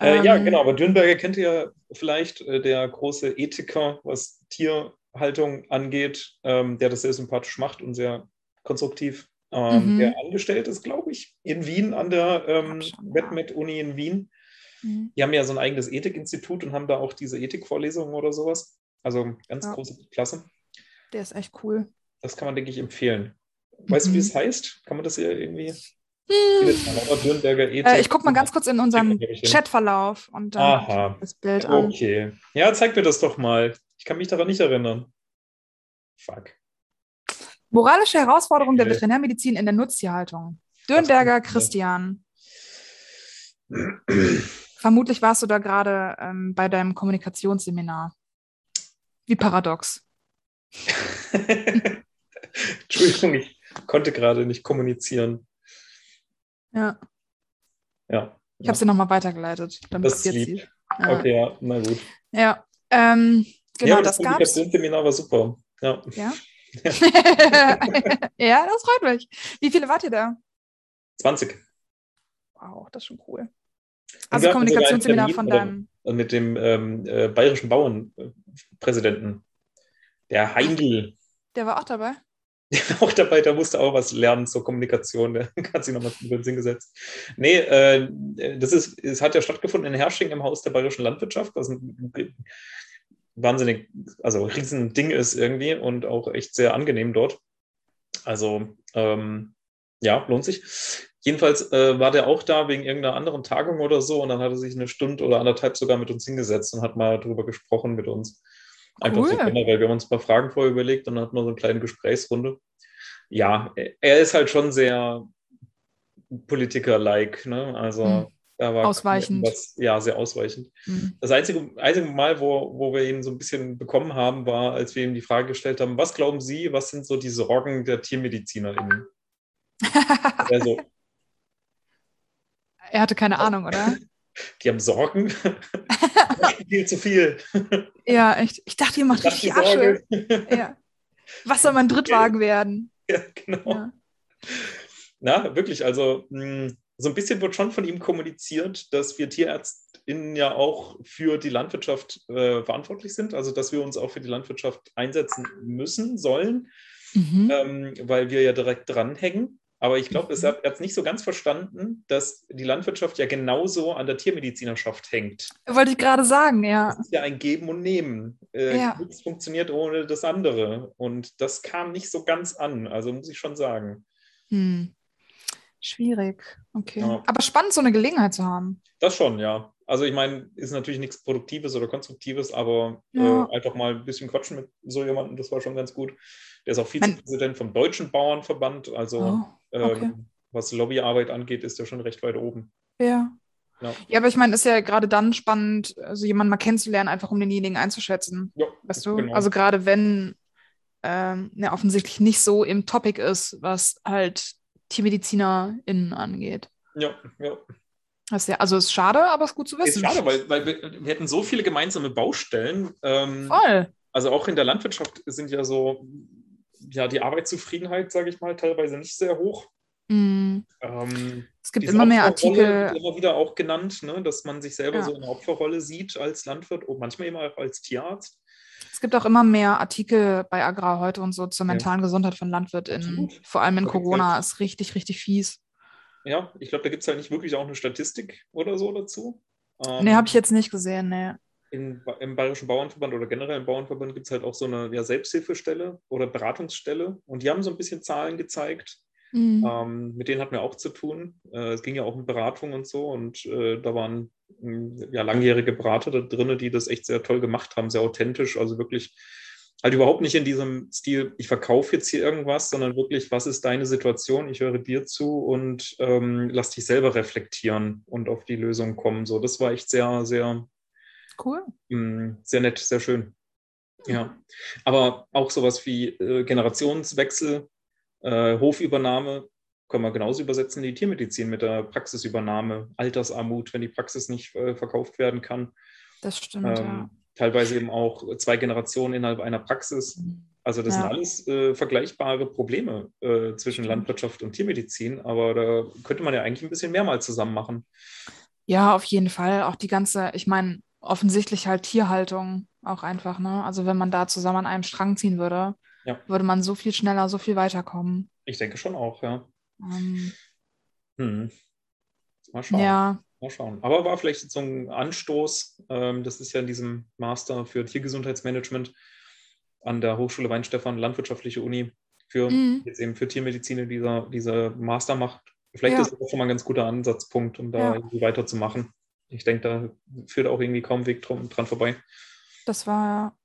Äh, ja, Ähm, genau, aber Dürnberger kennt ihr vielleicht, äh, der große Ethiker, was Tierhaltung angeht, ähm, der das sehr sympathisch macht und sehr konstruktiv. Ähm, Mhm. Der angestellt ist, glaube ich, in Wien an der ähm, Hab schon, ja. WetMed-Uni in Wien. Mhm. Die haben ja so ein eigenes Ethikinstitut und haben da auch diese Ethikvorlesungen oder sowas. Also ganz Ja. große Klasse. Der ist echt cool. Das kann man, denke ich, empfehlen. Weißt Mhm. du, wie es heißt? Kann man das hier irgendwie? Hm. Dürnberger e äh, ich gucke mal ganz kurz in unserem Chatverlauf und dann Aha. Oh. das Bild Halt an. Okay. Ja, zeig mir das doch mal. Ich kann mich daran nicht erinnern. Fuck. Moralische Herausforderung der Veterinärmedizin in der Nutztierhaltung. Dürnberger Christian. Vermutlich warst du da gerade ähm, bei deinem Kommunikationsseminar. Wie paradox. Entschuldigung, ich konnte gerade nicht kommunizieren. Ja. Ja. Ich habe es dir nochmal weitergeleitet, damit Das es jetzt ist sieht. lieb. Okay, ja, na gut. Ja. Ähm, Ah. genau, ja, das gab gab's. Seminar war super. Ja. Ja. ja, das freut mich. Wie viele wart ihr da? 20. Wow, das ist schon cool. wir Also hatten Kommunikationsseminar sogar von einen deinem. Mit dem ähm, äh, bayerischen Bauernpräsidenten. Der Heindl. Der war auch dabei. Auch dabei, der musste auch was lernen zur Kommunikation. Der hat sich nochmal über den Sinn gesetzt. Nee, äh, das ist, es hat ja stattgefunden in Hersching im Haus der bayerischen Landwirtschaft, was ein wahnsinnig, also riesen Ding ist irgendwie und auch echt sehr angenehm dort. Also, ähm, ja, lohnt sich. Jedenfalls äh, war der auch da wegen irgendeiner anderen Tagung oder so und dann hat er sich eine Stunde oder anderthalb sogar mit uns hingesetzt und hat mal drüber gesprochen mit uns. Einfach so Cool. generell. Wir haben uns ein paar Fragen vorher überlegt und dann hatten wir so eine kleine Gesprächsrunde. Ja, er ist halt schon sehr Politiker-like, ne? Also Hm. da war Ausweichend. was- ja, sehr ausweichend. Hm. Das einzige, einzige Mal, wo, wo wir ihn so ein bisschen bekommen haben, war, als wir ihm die Frage gestellt haben, was glauben Sie, was sind so die Sorgen der TiermedizinerInnen? Also, er hatte keine Ahnung, oder? die haben Sorgen? Viel zu viel. Ja, echt. Ich dachte, ihr macht Das ist die richtig Asche. Sorge. Ja. Was soll mein Drittwagen werden? Ja, genau. Ja. Na, wirklich, also mh, so ein bisschen wird schon von ihm kommuniziert, dass wir TierärztInnen ja auch für die Landwirtschaft äh, verantwortlich sind, also dass wir uns auch für die Landwirtschaft einsetzen müssen, sollen, Mhm. ähm, weil wir ja direkt dranhängen. Aber ich glaube, es hat es nicht so ganz verstanden, dass die Landwirtschaft ja genauso an der Tiermedizinerschaft hängt. Wollte ich gerade sagen, ja. Das ist ja ein Geben und Nehmen. Äh, Ja. Nichts funktioniert ohne das andere. Und das kam nicht so ganz an, also muss ich schon sagen. Hm. Schwierig. Okay. Ja. Aber spannend, so eine Gelegenheit zu haben. Das schon, ja. Also ich meine, ist natürlich nichts Produktives oder Konstruktives, aber Ja. äh, einfach mal ein bisschen quatschen mit so jemandem, das war schon ganz gut. Der ist auch Mein- Vizepräsident vom Deutschen Bauernverband, also Oh, okay. ähm, was Lobbyarbeit angeht, ist er schon recht weit oben. ja. Ja. Ja. aber ich meine, ist ja gerade dann spannend, also jemanden mal kennenzulernen, einfach um denjenigen einzuschätzen. Ja, Weißt du? genau. Also gerade wenn ähm, ja, offensichtlich nicht so im Topic ist, was halt TiermedizinerInnen angeht. ja, ja. Das ist ja, also ist schade, aber ist gut zu wissen. Ist schade, weil, weil wir, wir hätten so viele gemeinsame Baustellen. Ähm, Voll. also auch in der Landwirtschaft sind ja so, ja, die Arbeitszufriedenheit, sage ich mal, teilweise nicht sehr hoch. Mm. Ähm, Es gibt Diese immer mehr Opferrolle Artikel. wird immer wieder auch genannt, ne? dass man sich selber Ja. so in der Opferrolle sieht als Landwirt und manchmal eben auch als Tierarzt. Es gibt auch immer mehr Artikel bei Agrar heute und so zur Ja. mentalen Gesundheit von LandwirtInnen. Absolut. Vor allem in Auf jeden Corona ist richtig, richtig fies. Ja, ich glaube, da gibt es halt nicht wirklich auch eine Statistik oder so dazu. Ähm, Nee, habe ich jetzt nicht gesehen. Nee. in, Im Bayerischen Bauernverband oder generell im Bauernverband gibt es halt auch so eine ja, Selbsthilfestelle oder Beratungsstelle und die haben so ein bisschen Zahlen gezeigt. Mhm. Ähm, mit denen hatten wir auch zu tun. Äh, es ging ja auch um Beratung und so und äh, da waren mh, ja langjährige Berater da drin, die das echt sehr toll gemacht haben, sehr authentisch, also wirklich halt überhaupt nicht in diesem Stil, ich verkaufe jetzt hier irgendwas, sondern wirklich, was ist deine Situation, ich höre dir zu und ähm, lass dich selber reflektieren und auf die Lösung kommen. So, das war echt sehr, sehr Cool. Mm, Sehr nett, sehr schön. Ja. Aber auch sowas wie äh, Generationswechsel, äh, Hofübernahme können wir genauso übersetzen in die Tiermedizin mit der Praxisübernahme, Altersarmut, wenn die Praxis nicht äh, verkauft werden kann. Das stimmt, ja. Ähm, teilweise eben auch zwei Generationen innerhalb einer Praxis. Also das Ja. sind alles äh, vergleichbare Probleme äh, zwischen Landwirtschaft und Tiermedizin, aber da könnte man ja eigentlich ein bisschen mehr mal zusammen machen. Ja, auf jeden Fall. Auch die ganze, ich meine, offensichtlich halt Tierhaltung auch einfach, ne? Also wenn man da zusammen an einem Strang ziehen würde, Ja. würde man so viel schneller, so viel weiterkommen. Ich denke schon auch, ja. Ähm, Hm. Mal schauen. ja, Mal schauen. Aber war vielleicht jetzt so ein Anstoß. Ähm, das ist ja in diesem Master für Tiergesundheitsmanagement an der Hochschule Weinstefan, Landwirtschaftliche Uni, für Mhm. jetzt eben für Tiermedizin, die dieser, dieser Master macht, Vielleicht Ja. ist das auch schon mal ein ganz guter Ansatzpunkt, um da Ja. irgendwie weiterzumachen. Ich denke, da führt auch irgendwie kaum Weg drum, dran vorbei. Das war ja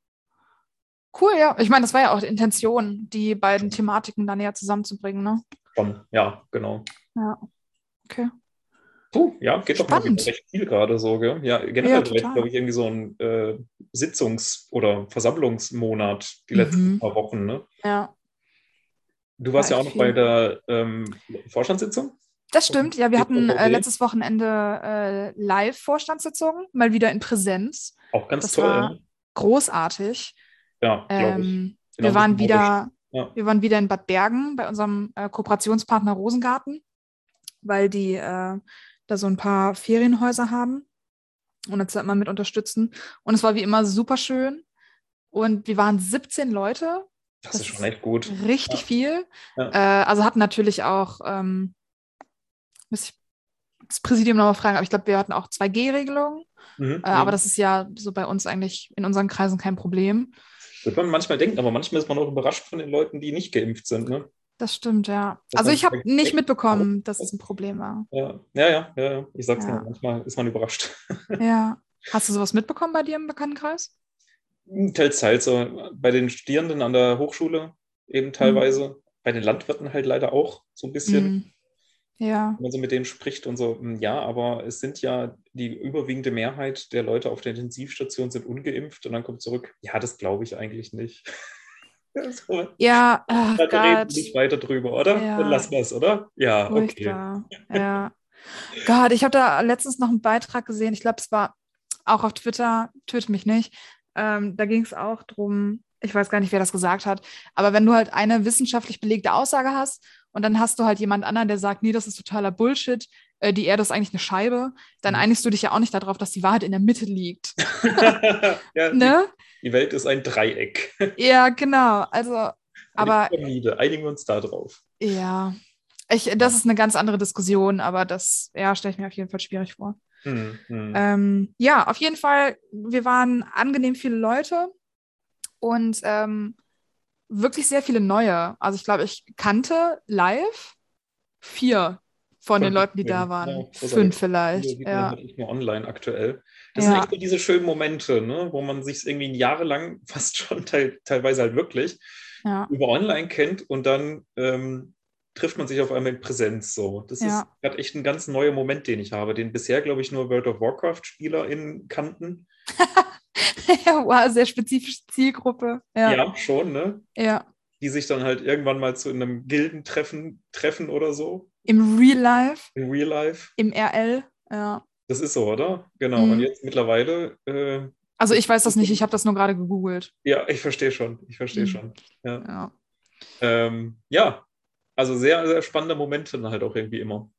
cool, ja. Ich meine, das war ja auch die Intention, die beiden Thematiken da näher zusammenzubringen, ne? Schon, ja, genau. Ja. Okay. Puh, ja, geht doch mal Spannend. wieder recht viel gerade so, gell? Ja, Ja, generell total. glaube ich, irgendwie so ein äh, Sitzungs- oder Versammlungsmonat die Mhm. letzten paar Wochen, ne? Ja. Du warst Ja, ja auch echt noch bei viel. der ähm, Vorstandssitzung. Das stimmt, ja. Wir Die hatten äh, Propos- letztes Wochenende äh, Live-Vorstandssitzungen, mal wieder in Präsenz. Auch ganz Das toll. war- ne? Großartig. ja, glaube ich. Ähm, Genau, wir, waren symbolisch. wieder, Ja. wir waren wieder in Bad Bergen bei unserem äh, Kooperationspartner Rosengarten, weil die äh, da so ein paar Ferienhäuser haben und uns da immer mit unterstützen. Und es war wie immer super schön. Und wir waren 17 Leute, Das, das ist schon echt gut. richtig viel. Ja. Äh, also hatten natürlich auch, ähm, muss ich das Präsidium nochmal fragen, aber ich glaube, wir hatten auch 2G-Regelungen. Mhm. Äh, Aber das ist ja so bei uns eigentlich in unseren Kreisen kein Problem. Würde man manchmal denken, aber manchmal ist man auch überrascht von den Leuten, die nicht geimpft sind. Ne? Das stimmt, ja. Das also war ich habe direkt nicht weg. mitbekommen, dass es ein Problem war. Ja, ja, ja, ja, ja. ich sag's Ja. mal, manchmal ist man überrascht. Ja. Hast du sowas mitbekommen bei dir im Bekanntenkreis? Teils, teils. So bei den Studierenden an der Hochschule Mhm. eben teilweise, bei den Landwirten halt leider auch so ein bisschen. Hm. Ja, wenn man so mit denen spricht und so, "Hm, ja, aber es sind ja die überwiegende Mehrheit der Leute auf der Intensivstation sind ungeimpft und dann kommt zurück, ja, das glaube ich eigentlich nicht. so, ja, ach da reden Gott, wir nicht weiter drüber, oder? Ja. Dann lassen wir es, oder? Ja, okay. furchtbar. Ja. Gott, ich habe da letztens noch einen Beitrag gesehen. Ich glaube, es war auch auf Twitter, töte mich nicht. Ähm, da ging es auch drum, ich weiß gar nicht, wer das gesagt hat, aber wenn du halt eine wissenschaftlich belegte Aussage hast und dann hast du halt jemand anderen, der sagt, nee, das ist totaler Bullshit, äh, die Erde ist eigentlich eine Scheibe, dann Mhm. einigst du dich ja auch nicht darauf, dass die Wahrheit in der Mitte liegt. ja, Ne? die, die Welt ist ein Dreieck. Ja, genau. Also, aber Die Pyramide, einigen wir uns da drauf. ja, ich, das ist eine ganz andere Diskussion, aber das ja, stelle ich mir auf jeden Fall schwierig vor. Hm, hm. Ähm, ja, auf jeden Fall, wir waren angenehm viele Leute und ähm, wirklich sehr viele neue. Also ich glaube, ich kannte live vier von den Fünf, Leuten, die ja. da waren. Ja, großartig. Fünf vielleicht. Video sieht man Ja, halt nicht nur online aktuell. Das Ja. sind echt so diese schönen Momente, ne? wo man sich irgendwie jahrelang fast schon teil, teilweise halt wirklich ja, über online kennt und dann ähm, trifft man sich auf einmal in Präsenz so. Das ist Ja. gerade echt ein ganz neuer Moment, den ich habe, den bisher, glaube ich, nur World of WarCraft-SpielerInnen kannten. ja wow, sehr spezifische Zielgruppe. Ja. Ja, ja. schon, ne? Die sich dann halt irgendwann mal zu einem Gildentreffen treffen oder so, Im Real Life, in Real Life. im RL. Ja. Das ist so, oder? Genau. Mhm. Und jetzt mittlerweile äh, Also ich weiß das nicht, ich habe das nur gerade gegoogelt. Ja, ich verstehe schon. Ich verstehe Mhm. schon. Ja, Ähm, ja, also sehr, sehr spannende Momente dann halt auch irgendwie immer.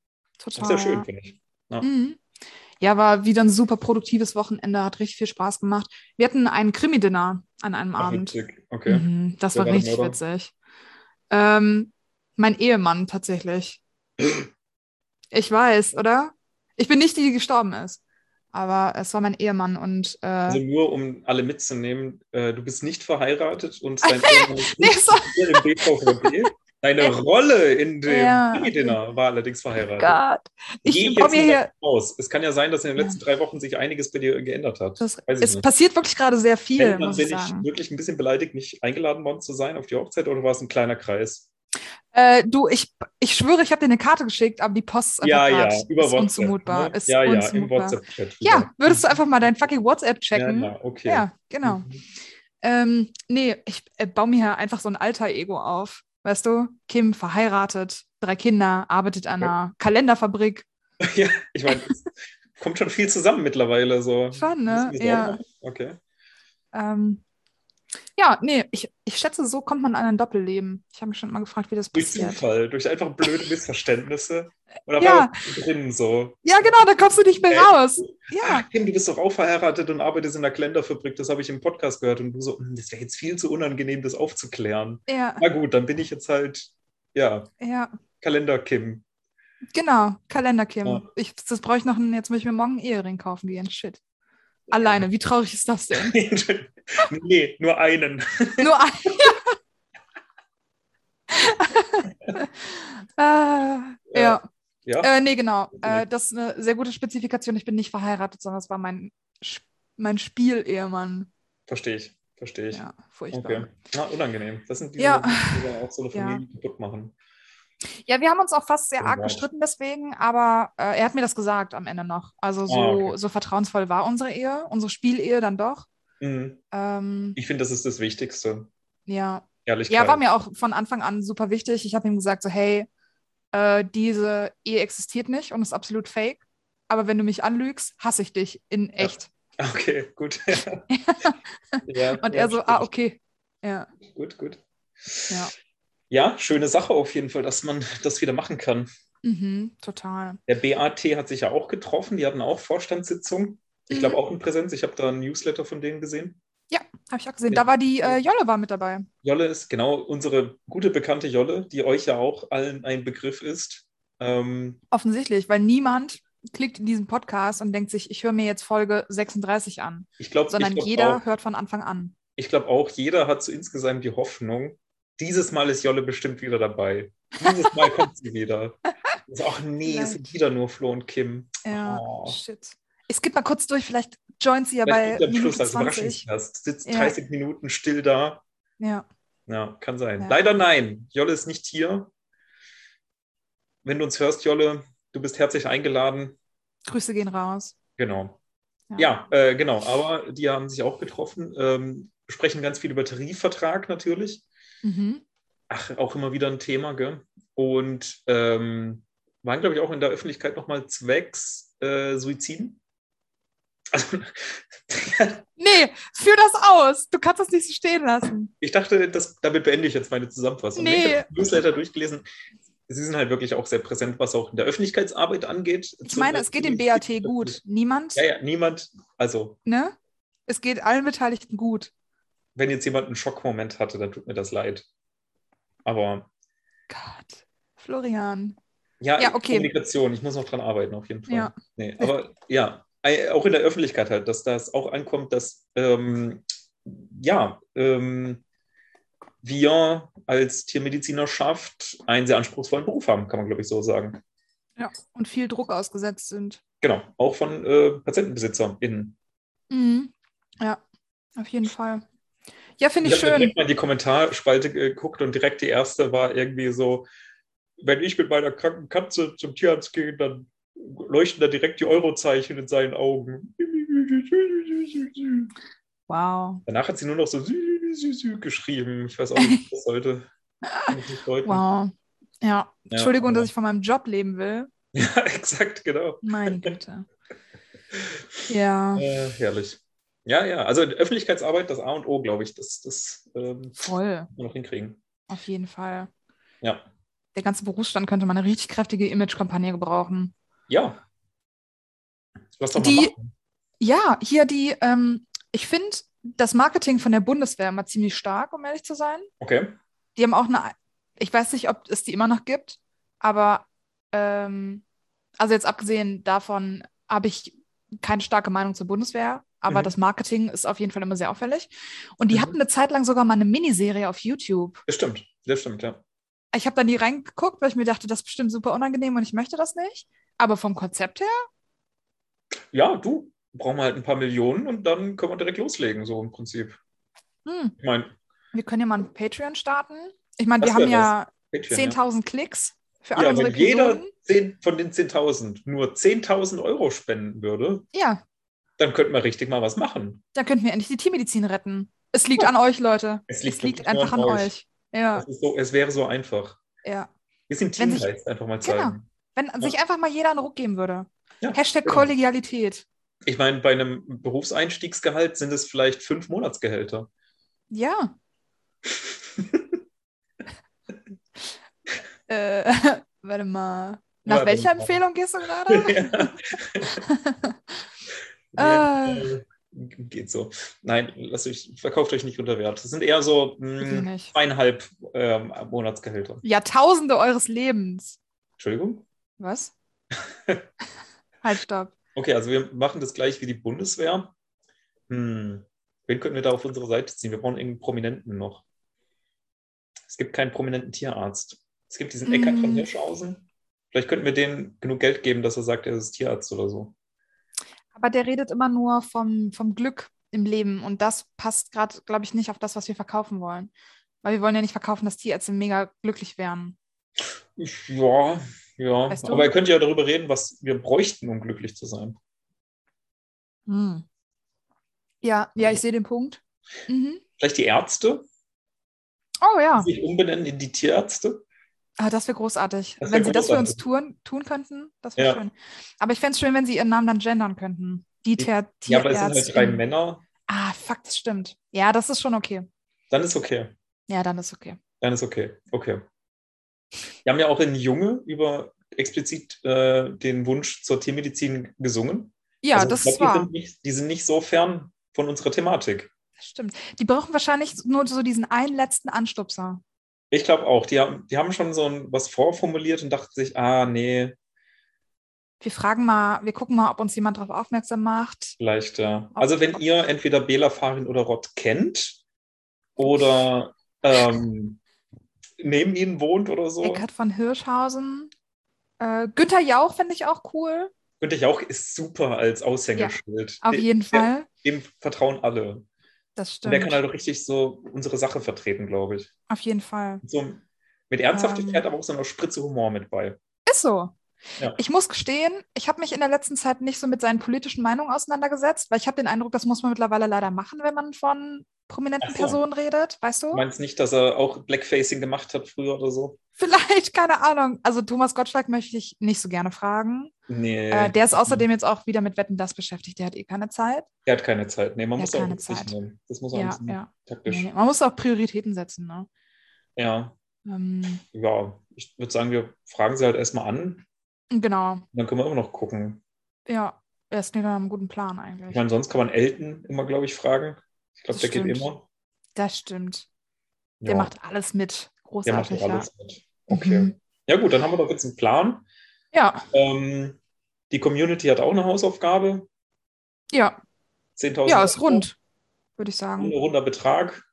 Das total. ist ja Ah, schön, finde ich. Mhm. Ja, war wieder ein super produktives Wochenende, hat richtig viel Spaß gemacht. Wir hatten einen Krimi-Dinner an einem Ach, Abend. witzig. Okay. Mhm, das Wer war war der richtig Mörder? witzig. Ähm, mein Ehemann tatsächlich. Ich weiß, oder? Ich bin nicht die, die gestorben ist. Aber es war mein Ehemann und äh, Also nur um alle mitzunehmen, äh, du bist nicht verheiratet und dein Ehemann ist Nee, nicht sorry. hier im BVVB. Deine Rolle in dem Ja. Krimi-Dinner war allerdings verheiratet. Gott. also, Gehe Ich jetzt komme mal hier. aus. Es kann ja sein, dass in den letzten drei Wochen sich einiges bei dir geändert hat. Das, Weiß ich es nicht. passiert wirklich gerade sehr viel, Wenn, dann muss bin ich ich sagen. wirklich ein bisschen beleidigt, nicht eingeladen worden zu sein auf die Hochzeit oder war es ein kleiner Kreis? Äh, du, ich, ich schwöre, ich habe dir eine Karte geschickt, aber die Post ist Ja, einfach ja, grad- über ist WhatsApp. unzumutbar. ne? Ist ja, ja, im unzumutbar. WhatsApp-Chat. Ja, würdest du einfach mal dein fucking WhatsApp checken? Ja, Ja, ja, okay. genau. Mhm. Ähm, nee, ich äh, baue mir ja einfach so ein alter Ego auf. Weißt du, Kim verheiratet, drei Kinder, arbeitet an einer Kalenderfabrik. Ja, ich meine, es kommt schon viel zusammen mittlerweile. So. Schon, ne? Müssen wir Sorgen Ja. machen? Okay. Ähm, ja, nee, ich, ich schätze, so kommt man an ein Doppelleben. Ich habe mich schon mal gefragt, wie das Durch passiert. Zufall, durch einfach blöde Missverständnisse. Oder Ja. drin so. Ja, genau, da kommst du nicht mehr Äh, raus. Ach, Ja, Kim, du bist doch auch verheiratet und arbeitest in der Kalenderfabrik. Das habe ich im Podcast gehört. Und du so, "Hm, das wäre jetzt viel zu unangenehm, das aufzuklären. ja, Na gut, dann bin ich jetzt halt, ja, ja. Kalender-Kim. Genau, Kalender Kim. Ja. Ich, das brauche ich noch, einen, jetzt muss ich mir morgen einen Ehering kaufen gehen. Shit. Alleine, wie traurig ist das denn? nee, nur einen. Nur ein. äh, ja. Ja. Ja? Ah, Äh, nee, genau. Äh, das ist eine sehr gute Spezifikation. Ich bin nicht verheiratet, sondern es war mein, Sch- mein Spiel-Ehemann. Verstehe ich. Verstehe ich. Ja, furchtbar. Okay. Na, unangenehm. Das sind diese, Ja. die dann auch so eine Ja. Familie kaputt machen. Ja, wir haben uns auch fast sehr Oh, arg wow. gestritten deswegen, aber äh, er hat mir das gesagt am Ende noch. Also so, Ah, okay. so vertrauensvoll war unsere Ehe, unsere Spielehe dann doch. Mhm. Ähm, Ich finde, das ist das Wichtigste. ja. Ehrlichkeit. ja, war mir auch von Anfang an super wichtig. Ich habe ihm gesagt, so hey, äh, diese Ehe existiert nicht und ist absolut fake. Aber wenn du mich anlügst, hasse ich dich in echt. Okay, gut. ja. Und ja, er so, stimmt. ah, okay. Ja, Gut, gut. Ja. Ja, schöne Sache auf jeden Fall, dass man das wieder machen kann. mhm, total. Der BAT hat sich ja auch getroffen, die hatten auch Vorstandssitzung. Ich Mhm. glaube auch in Präsenz. Ich habe da ein Newsletter von denen gesehen. Habe ich auch gesehen. Ja. Da war die äh, Jolle war mit dabei. Jolle ist genau unsere gute bekannte Jolle, die euch ja auch allen ein Begriff ist. Ähm, Offensichtlich, weil niemand klickt in diesen Podcast und denkt sich, ich höre mir jetzt Folge 36 an, ich glaube, sondern ich glaub jeder auch, hört von Anfang an. ich glaub auch, jeder hat so insgesamt die Hoffnung, dieses Mal ist Jolle bestimmt wieder dabei. Dieses Mal kommt sie wieder. Also, ach nee, es sind wieder nur Flo und Kim. Ja, Oh. shit. Ich skippe mal kurz durch, vielleicht joint sie ja Vielleicht bei liegt am Schluss also Minute als 20. Überraschungsgast. Sitzt Ja. 30 Minuten still da. Ja, Ja, kann sein. Ja. Leider nein. Jolle ist nicht hier. Wenn du uns hörst, Jolle, du bist herzlich eingeladen. Grüße gehen raus. Genau. Ja, äh, genau. Aber die haben sich auch getroffen. Ähm, sprechen ganz viel über Tarifvertrag natürlich. Mhm. Ach, auch immer wieder ein Thema, gell? Und ähm, waren, glaube ich, auch in der Öffentlichkeit nochmal zwecks äh, Suiziden. Also, Nee, führ das aus. Du kannst das nicht so stehen lassen. Ich dachte, das, damit beende ich jetzt meine Zusammenfassung. Nee. Ich habe den Newsletter durchgelesen. Sie sind halt wirklich auch sehr präsent, was auch in der Öffentlichkeitsarbeit angeht. Ich meine, es geht dem BAT gut. Niemand, Ja, ja, niemand. Also, ne? Es geht allen Beteiligten gut. wenn jetzt jemand einen Schockmoment hatte, dann tut mir das leid. Aber Gott. Florian. ja, Ja, okay. Kommunikation, ich muss noch dran arbeiten, auf jeden Fall. Ja. Nee, aber ja, ei- auch in der Öffentlichkeit halt, dass das auch ankommt, dass ähm, ja, ähm, wir als Tiermedizinerschaft einen sehr anspruchsvollen Beruf haben, kann man, glaube ich, so sagen. Ja. Und viel Druck ausgesetzt sind. Genau, auch von äh, PatientenbesitzerInnen. Mhm. Ja, auf jeden Fall. Ja, finde ich Ich habe schön. direkt mal in die Kommentarspalte geguckt und direkt die erste war irgendwie so: Wenn ich mit meiner kranken Katze zum Tierarzt gehe, dann leuchten da direkt die Eurozeichen in seinen Augen. Wow. Danach hat sie nur noch so geschrieben. Ich weiß auch nicht, was das sollte. Kann ich nicht deuten. Wow. Ja. Ja, Entschuldigung, aber- dass ich von meinem Job leben will. Ja, exakt, genau. Meine Güte. Ja, Äh, herrlich. Ja, ja, also Öffentlichkeitsarbeit, das A und O, glaube ich, das, das ähm, voll. muss man noch hinkriegen. Auf jeden Fall. Ja. Der ganze Berufsstand könnte mal eine richtig kräftige Image-Kampagne gebrauchen. Ja. Lass doch mal Die- machen. Ja, hier die, ähm, ich finde das Marketing von der Bundeswehr immer ziemlich stark, um ehrlich zu sein. Okay. Die haben auch eine, ich weiß nicht, ob es die immer noch gibt, aber ähm, also jetzt abgesehen davon habe ich keine starke Meinung zur Bundeswehr, aber Mhm. das Marketing ist auf jeden Fall immer sehr auffällig. Und die Mhm. hatten eine Zeit lang sogar mal eine Miniserie auf YouTube. Das stimmt, das stimmt, ja. Ich habe da nie reingeguckt, weil ich mir dachte, das ist bestimmt super unangenehm und ich möchte das nicht. Aber vom Konzept her, Ja, du, brauchen wir halt ein paar Millionen und dann können wir direkt loslegen, so im Prinzip. hm, Ich meine, wir können ja mal ein Patreon starten. Ich meine, wir Das wär haben ja Patreon, ja. 10.000 Klicks für alle ja, unsere wenn jeder Episoden. zehn, von den 10.000 nur 10.000 Euro spenden würde, Ja, dann könnten wir richtig mal was machen. Dann könnten wir endlich die Tiermedizin retten. Es liegt an euch, Leute. Es Es liegt liegt, wirklich nur einfach an an euch. euch. Ja, Es, ist so, es wäre so einfach. ja. Wir sind Ah. Wenn sich- Teamgeist, einfach mal Genau. zeigen. Wenn sich einfach mal jeder einen Ruck geben würde. Ja, Hashtag genau. Kollegialität. Ich meine, bei einem Berufseinstiegsgehalt sind es vielleicht fünf Monatsgehälter. Ja. äh, warte mal. Nach Warte welcher mal. Empfehlung gehst du gerade? Ja. Ah. Äh, Geht so. Nein, lasst euch, verkauft euch nicht unter Wert. Das sind eher so Wirklich mh, nicht. zweieinhalb ähm, Monatsgehälter. Jahrtausende eures Lebens. Entschuldigung? Was? halt, stopp. Okay, also wir machen das gleich wie die Bundeswehr. Hm. Wen könnten wir da auf unsere Seite ziehen? Wir brauchen irgendeinen Prominenten noch. Es gibt keinen prominenten Tierarzt. Es gibt diesen Hm. Eckart von Hirschhausen. Vielleicht könnten wir dem genug Geld geben, dass er sagt, er ist Tierarzt oder so. Aber der redet immer nur vom, vom Glück im Leben und das passt gerade, glaube ich, nicht auf das, was wir verkaufen wollen. Weil wir wollen ja nicht verkaufen, dass Tierärzte mega glücklich wären. Ja, ja. Weißt du? Aber ihr könnt ja darüber reden, was wir bräuchten, um glücklich zu sein. Hm. Ja, ja, ich sehe den Punkt. Mhm. Vielleicht die Ärzte? Oh ja. Die sich umbenennen in die Tierärzte? Ah, das wäre großartig. Das wär wenn sie großartig. das für uns tun, tun könnten, das wäre ja. schön. Aber ich fände es schön, wenn sie ihren Namen dann gendern könnten. Die Tier Ja, aber es sind halt drei Männer. Ah, fuck, das stimmt. Ja, das ist schon okay. Dann ist okay. Ja, dann ist okay. Dann ist okay. Okay. Wir haben ja auch in Junge über explizit äh, den Wunsch zur Tiermedizin gesungen. Ja, also, das glaub, war. Die sind, nicht, die sind nicht so fern von unserer Thematik. Das stimmt. Die brauchen wahrscheinlich nur so diesen einen letzten Anstupser. Ich glaube auch. Die haben, die haben schon so ein, was vorformuliert und dachten sich, ah, nee. Wir fragen mal, wir gucken mal, ob uns jemand darauf aufmerksam macht. Vielleicht, ja. Also, wenn ihr entweder Bela Farin oder Rott kennt oder ähm, neben ihnen wohnt oder so. Eckhard von Hirschhausen. Äh, Günter Jauch finde ich auch cool. Günter Jauch ist super als Aushängeschild. Ja, auf jeden dem, Fall. Dem vertrauen alle. Das stimmt. Und der kann halt richtig so unsere Sache vertreten, glaube ich. Auf jeden Fall. So mit Ernsthaftigkeit, ähm, aber auch so einer Spritze Humor mit bei. Ist so. Ja. Ich muss gestehen, ich habe mich in der letzten Zeit nicht so mit seinen politischen Meinungen auseinandergesetzt, weil ich habe den Eindruck, das muss man mittlerweile leider machen, wenn man von prominenten so. Personen redet, weißt du? Du meinst nicht, dass er auch Blackfacing gemacht hat früher oder so? Vielleicht, keine Ahnung. Also Thomas Gottschalk möchte ich nicht so gerne fragen. Nee. Mhm. Äh, der ist außerdem jetzt auch wieder mit Wetten, das beschäftigt. Der hat eh keine Zeit. Der hat keine Zeit. Nee, man Der muss hat auch keine Rücksicht Zeit. nehmen. Das muss auch ein Ja, bisschen ja. taktisch. Nee, nee. Man muss auch Prioritäten setzen, ne? Ja, Ähm, ja. Ich würde sagen, wir fragen sie halt erstmal an. Und genau. dann können wir immer noch gucken. Ja, das klingt nach einem guten Plan Ich eigentlich. meine, sonst kann man Elton immer, glaube ich, fragen. Ich glaube, Das der geht stimmt. immer. Das stimmt. Ja, Der macht alles mit. der macht Großartig, auch alles mit. ja. Okay. Mhm. Ja, gut, dann haben wir doch jetzt einen Plan. Ja, Ähm, die Community hat auch eine Hausaufgabe. ja. 10.000 Ja, ist Euro. rund, würde ich ein sagen. runder Betrag.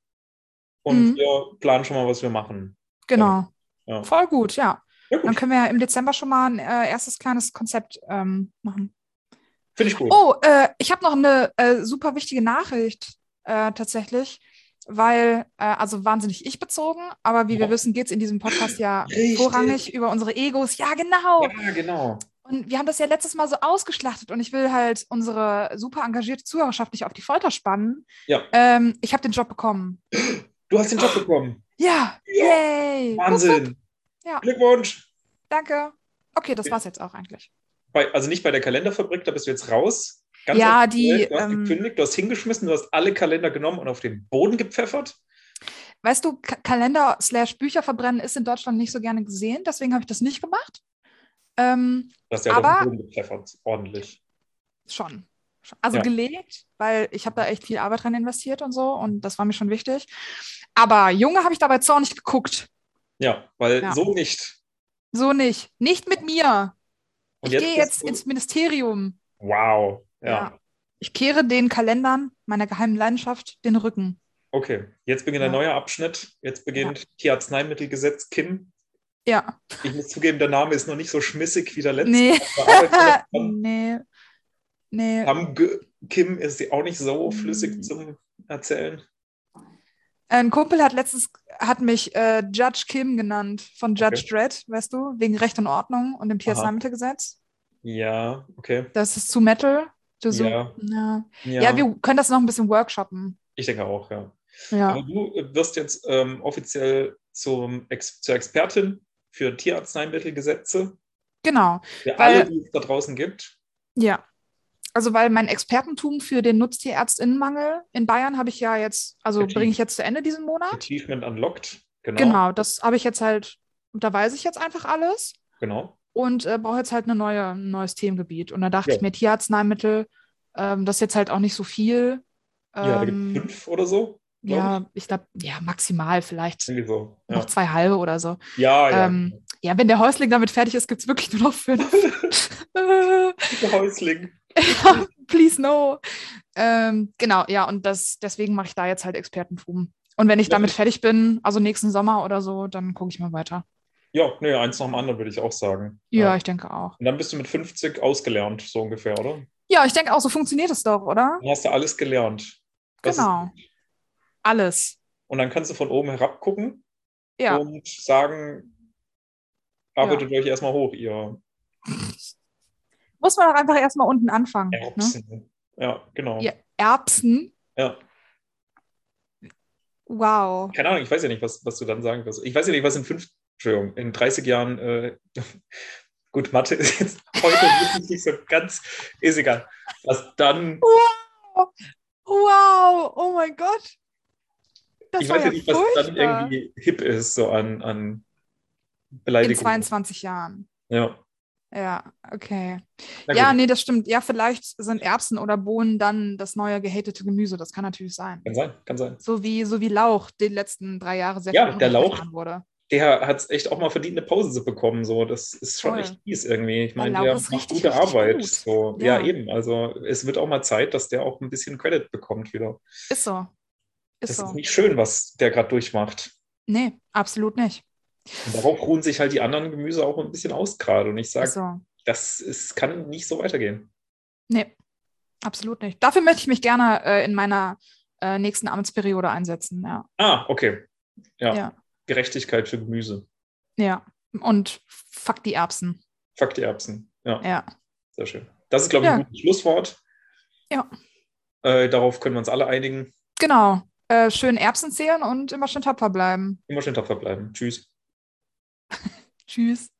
Und Mhm. wir planen schon mal, was wir machen. Genau. Ja. Voll gut, ja. Ja, Dann gut, können wir ja im Dezember schon mal ein äh, erstes kleines Konzept ähm, machen. finde ich gut. Oh, äh, ich habe noch eine äh, super wichtige Nachricht äh, tatsächlich, weil, äh, also wahnsinnig ich bezogen, aber wie Ja. wir wissen, geht es in diesem Podcast ja Richtig. vorrangig über unsere Egos. Ja, genau. Ja, genau. Und wir haben das ja letztes Mal so ausgeschlachtet und ich will halt unsere super engagierte Zuhörerschaft nicht auf die Folter spannen. Ja. Ähm, ich habe den Job bekommen. Du hast den Job bekommen. Ja, Ja. yay! Wupp, wupp. Wahnsinn. Oh, Ja. Glückwunsch. Danke. Okay, das Okay. war's jetzt auch eigentlich. Bei, also nicht bei der Kalenderfabrik, da bist du jetzt raus. Ja, offiziell. die, Du hast ähm, gekündigt, du hast hingeschmissen, du hast alle Kalender genommen und auf den Boden gepfeffert. Weißt du, Ka Kalender slash Bücher verbrennen ist in Deutschland nicht so gerne gesehen, deswegen habe ich das nicht gemacht. Ähm, Du hast ja auch auf Aber- den Boden gepfeffert. Ordentlich. schon. Schon. Also Ja. gelegt, weil ich habe da echt viel Arbeit rein investiert und so und das war mir schon wichtig. Aber Junge habe ich dabei zornig geguckt. Ja, weil Ja. so nicht. So nicht. Nicht mit mir. Und ich gehe bist jetzt du- ins Ministerium. Wow. Ja. Ja. Ich kehre den Kalendern meiner geheimen Leidenschaft den Rücken. Okay. Jetzt beginnt ein Ja. neuer Abschnitt. Jetzt beginnt Tierarzneimittelgesetz Kim. Ja. Ich muss zugeben, der Name ist noch nicht so schmissig wie der letzte. Nee. Bearbeitet haben. nee. Nee. Tam G- Kim ist sie auch nicht so Mhm. flüssig zum Erzählen. Ein Kumpel hat letztens hat mich äh, Judge Kim genannt von Judge Okay. Dredd, weißt du, wegen Recht und Ordnung und dem Aha. Tierarzneimittelgesetz. Ja, okay. Das ist zu Metal. Zu Also so, Ja. ja. Ja, Ja. wir können das noch ein bisschen workshoppen. ich denke auch, ja. Ja. Aber du äh, wirst jetzt ähm, offiziell zum Ex zur Expertin für Tierarzneimittelgesetze, Genau. für Weil- alle, die es da draußen gibt. Ja. Also weil mein Expertentum für den Nutztierärztinnenmangel in Bayern habe ich ja jetzt, also Vertieft. bringe ich jetzt zu Ende diesen Monat. Achievement Unlocked. Genau. Genau, das habe ich jetzt halt, da weiß ich jetzt einfach alles genau. und äh, brauche jetzt halt eine neue, ein neues Themengebiet. Und da dachte Ja. ich mir, Tierarzneimittel, ähm, das ist jetzt halt auch nicht so viel. Ja, da gibt Ähm, es fünf oder so. glaub ja, ich glaube, ja, maximal vielleicht Irgendwie so. noch Ja, Ah, zwei halbe oder so. ja. ja. Ähm, ja, wenn der Häusling damit fertig ist, gibt es wirklich nur noch fünf. Äh, Bitte Häusling. Please no. Ähm, genau, ja, und das, deswegen mache ich da jetzt halt Expertentum. Und wenn ich Ja. damit fertig bin, also nächsten Sommer oder so, dann gucke ich mal weiter. Ja, nee, eins nach dem anderen würde ich auch sagen. Ja, ja, ich denke auch. Und dann bist du mit 50 ausgelernt, so ungefähr, oder? Ja, ich denke auch, so funktioniert es doch, oder? Dann hast du alles gelernt. Das genau. Ist, Alles. und dann kannst du von oben herab gucken Ja. und sagen, arbeitet euch erstmal hoch, Mhm. ihr Muss man doch einfach erstmal unten anfangen. Ne? Erbsen. Ja, genau. Ja. Erbsen. ja. Wow. Keine Ahnung, ich weiß ja nicht, was, was du dann sagen wirst. Ich weiß ja nicht, was in fünf, Entschuldigung, in 30 Jahren, äh, gut, Mathe ist jetzt heute wirklich nicht so ganz, ist egal. Was dann, Oh, Wow. Oh mein Gott. Das ich war weiß ja ja nicht, was dann furchtbar. irgendwie hip ist, so an, an In Beleidigungen. 22 Jahren. Ja. Ja, okay. Na Ja, gut, nee, das stimmt. Ja, vielleicht sind Erbsen oder Bohnen dann das neue gehatete Gemüse. Das kann natürlich sein. kann sein, kann sein. So wie, so wie Lauch die letzten drei Jahre sehr Ja, viel der Lauch. hochgefahren wurde. Der hat es echt auch mal verdient, eine Pause zu bekommen. So. Das ist schon Voll. echt fies irgendwie. Ich Ja, meine, Laura der ist macht richtig, gute richtig Arbeit. gut. So. Ja. Ja. eben. Also es wird auch mal Zeit, dass der auch ein bisschen Credit bekommt wieder. Ist so. Ist das so. ist nicht schön, was der gerade durchmacht. nee, absolut nicht. Und darauf ruhen sich halt die anderen Gemüse auch ein bisschen aus gerade. Und ich sage, Ist so. das ist, kann nicht so weitergehen. Nee, absolut nicht. Dafür möchte ich mich gerne äh, in meiner äh, nächsten Amtsperiode einsetzen. Ja. Ah, okay. Ja. Ja. Gerechtigkeit für Gemüse. ja. Und fuck die Erbsen. Fuck die Erbsen. Ja, Ja. sehr schön. Das ist, glaube ich, Ja. ein gutes Schlusswort. Ja. Äh, darauf können wir uns alle einigen. Genau. Äh, schön Erbsen zählen und immer schön tapfer bleiben. Immer schön tapfer bleiben. Tschüss. Tschüss.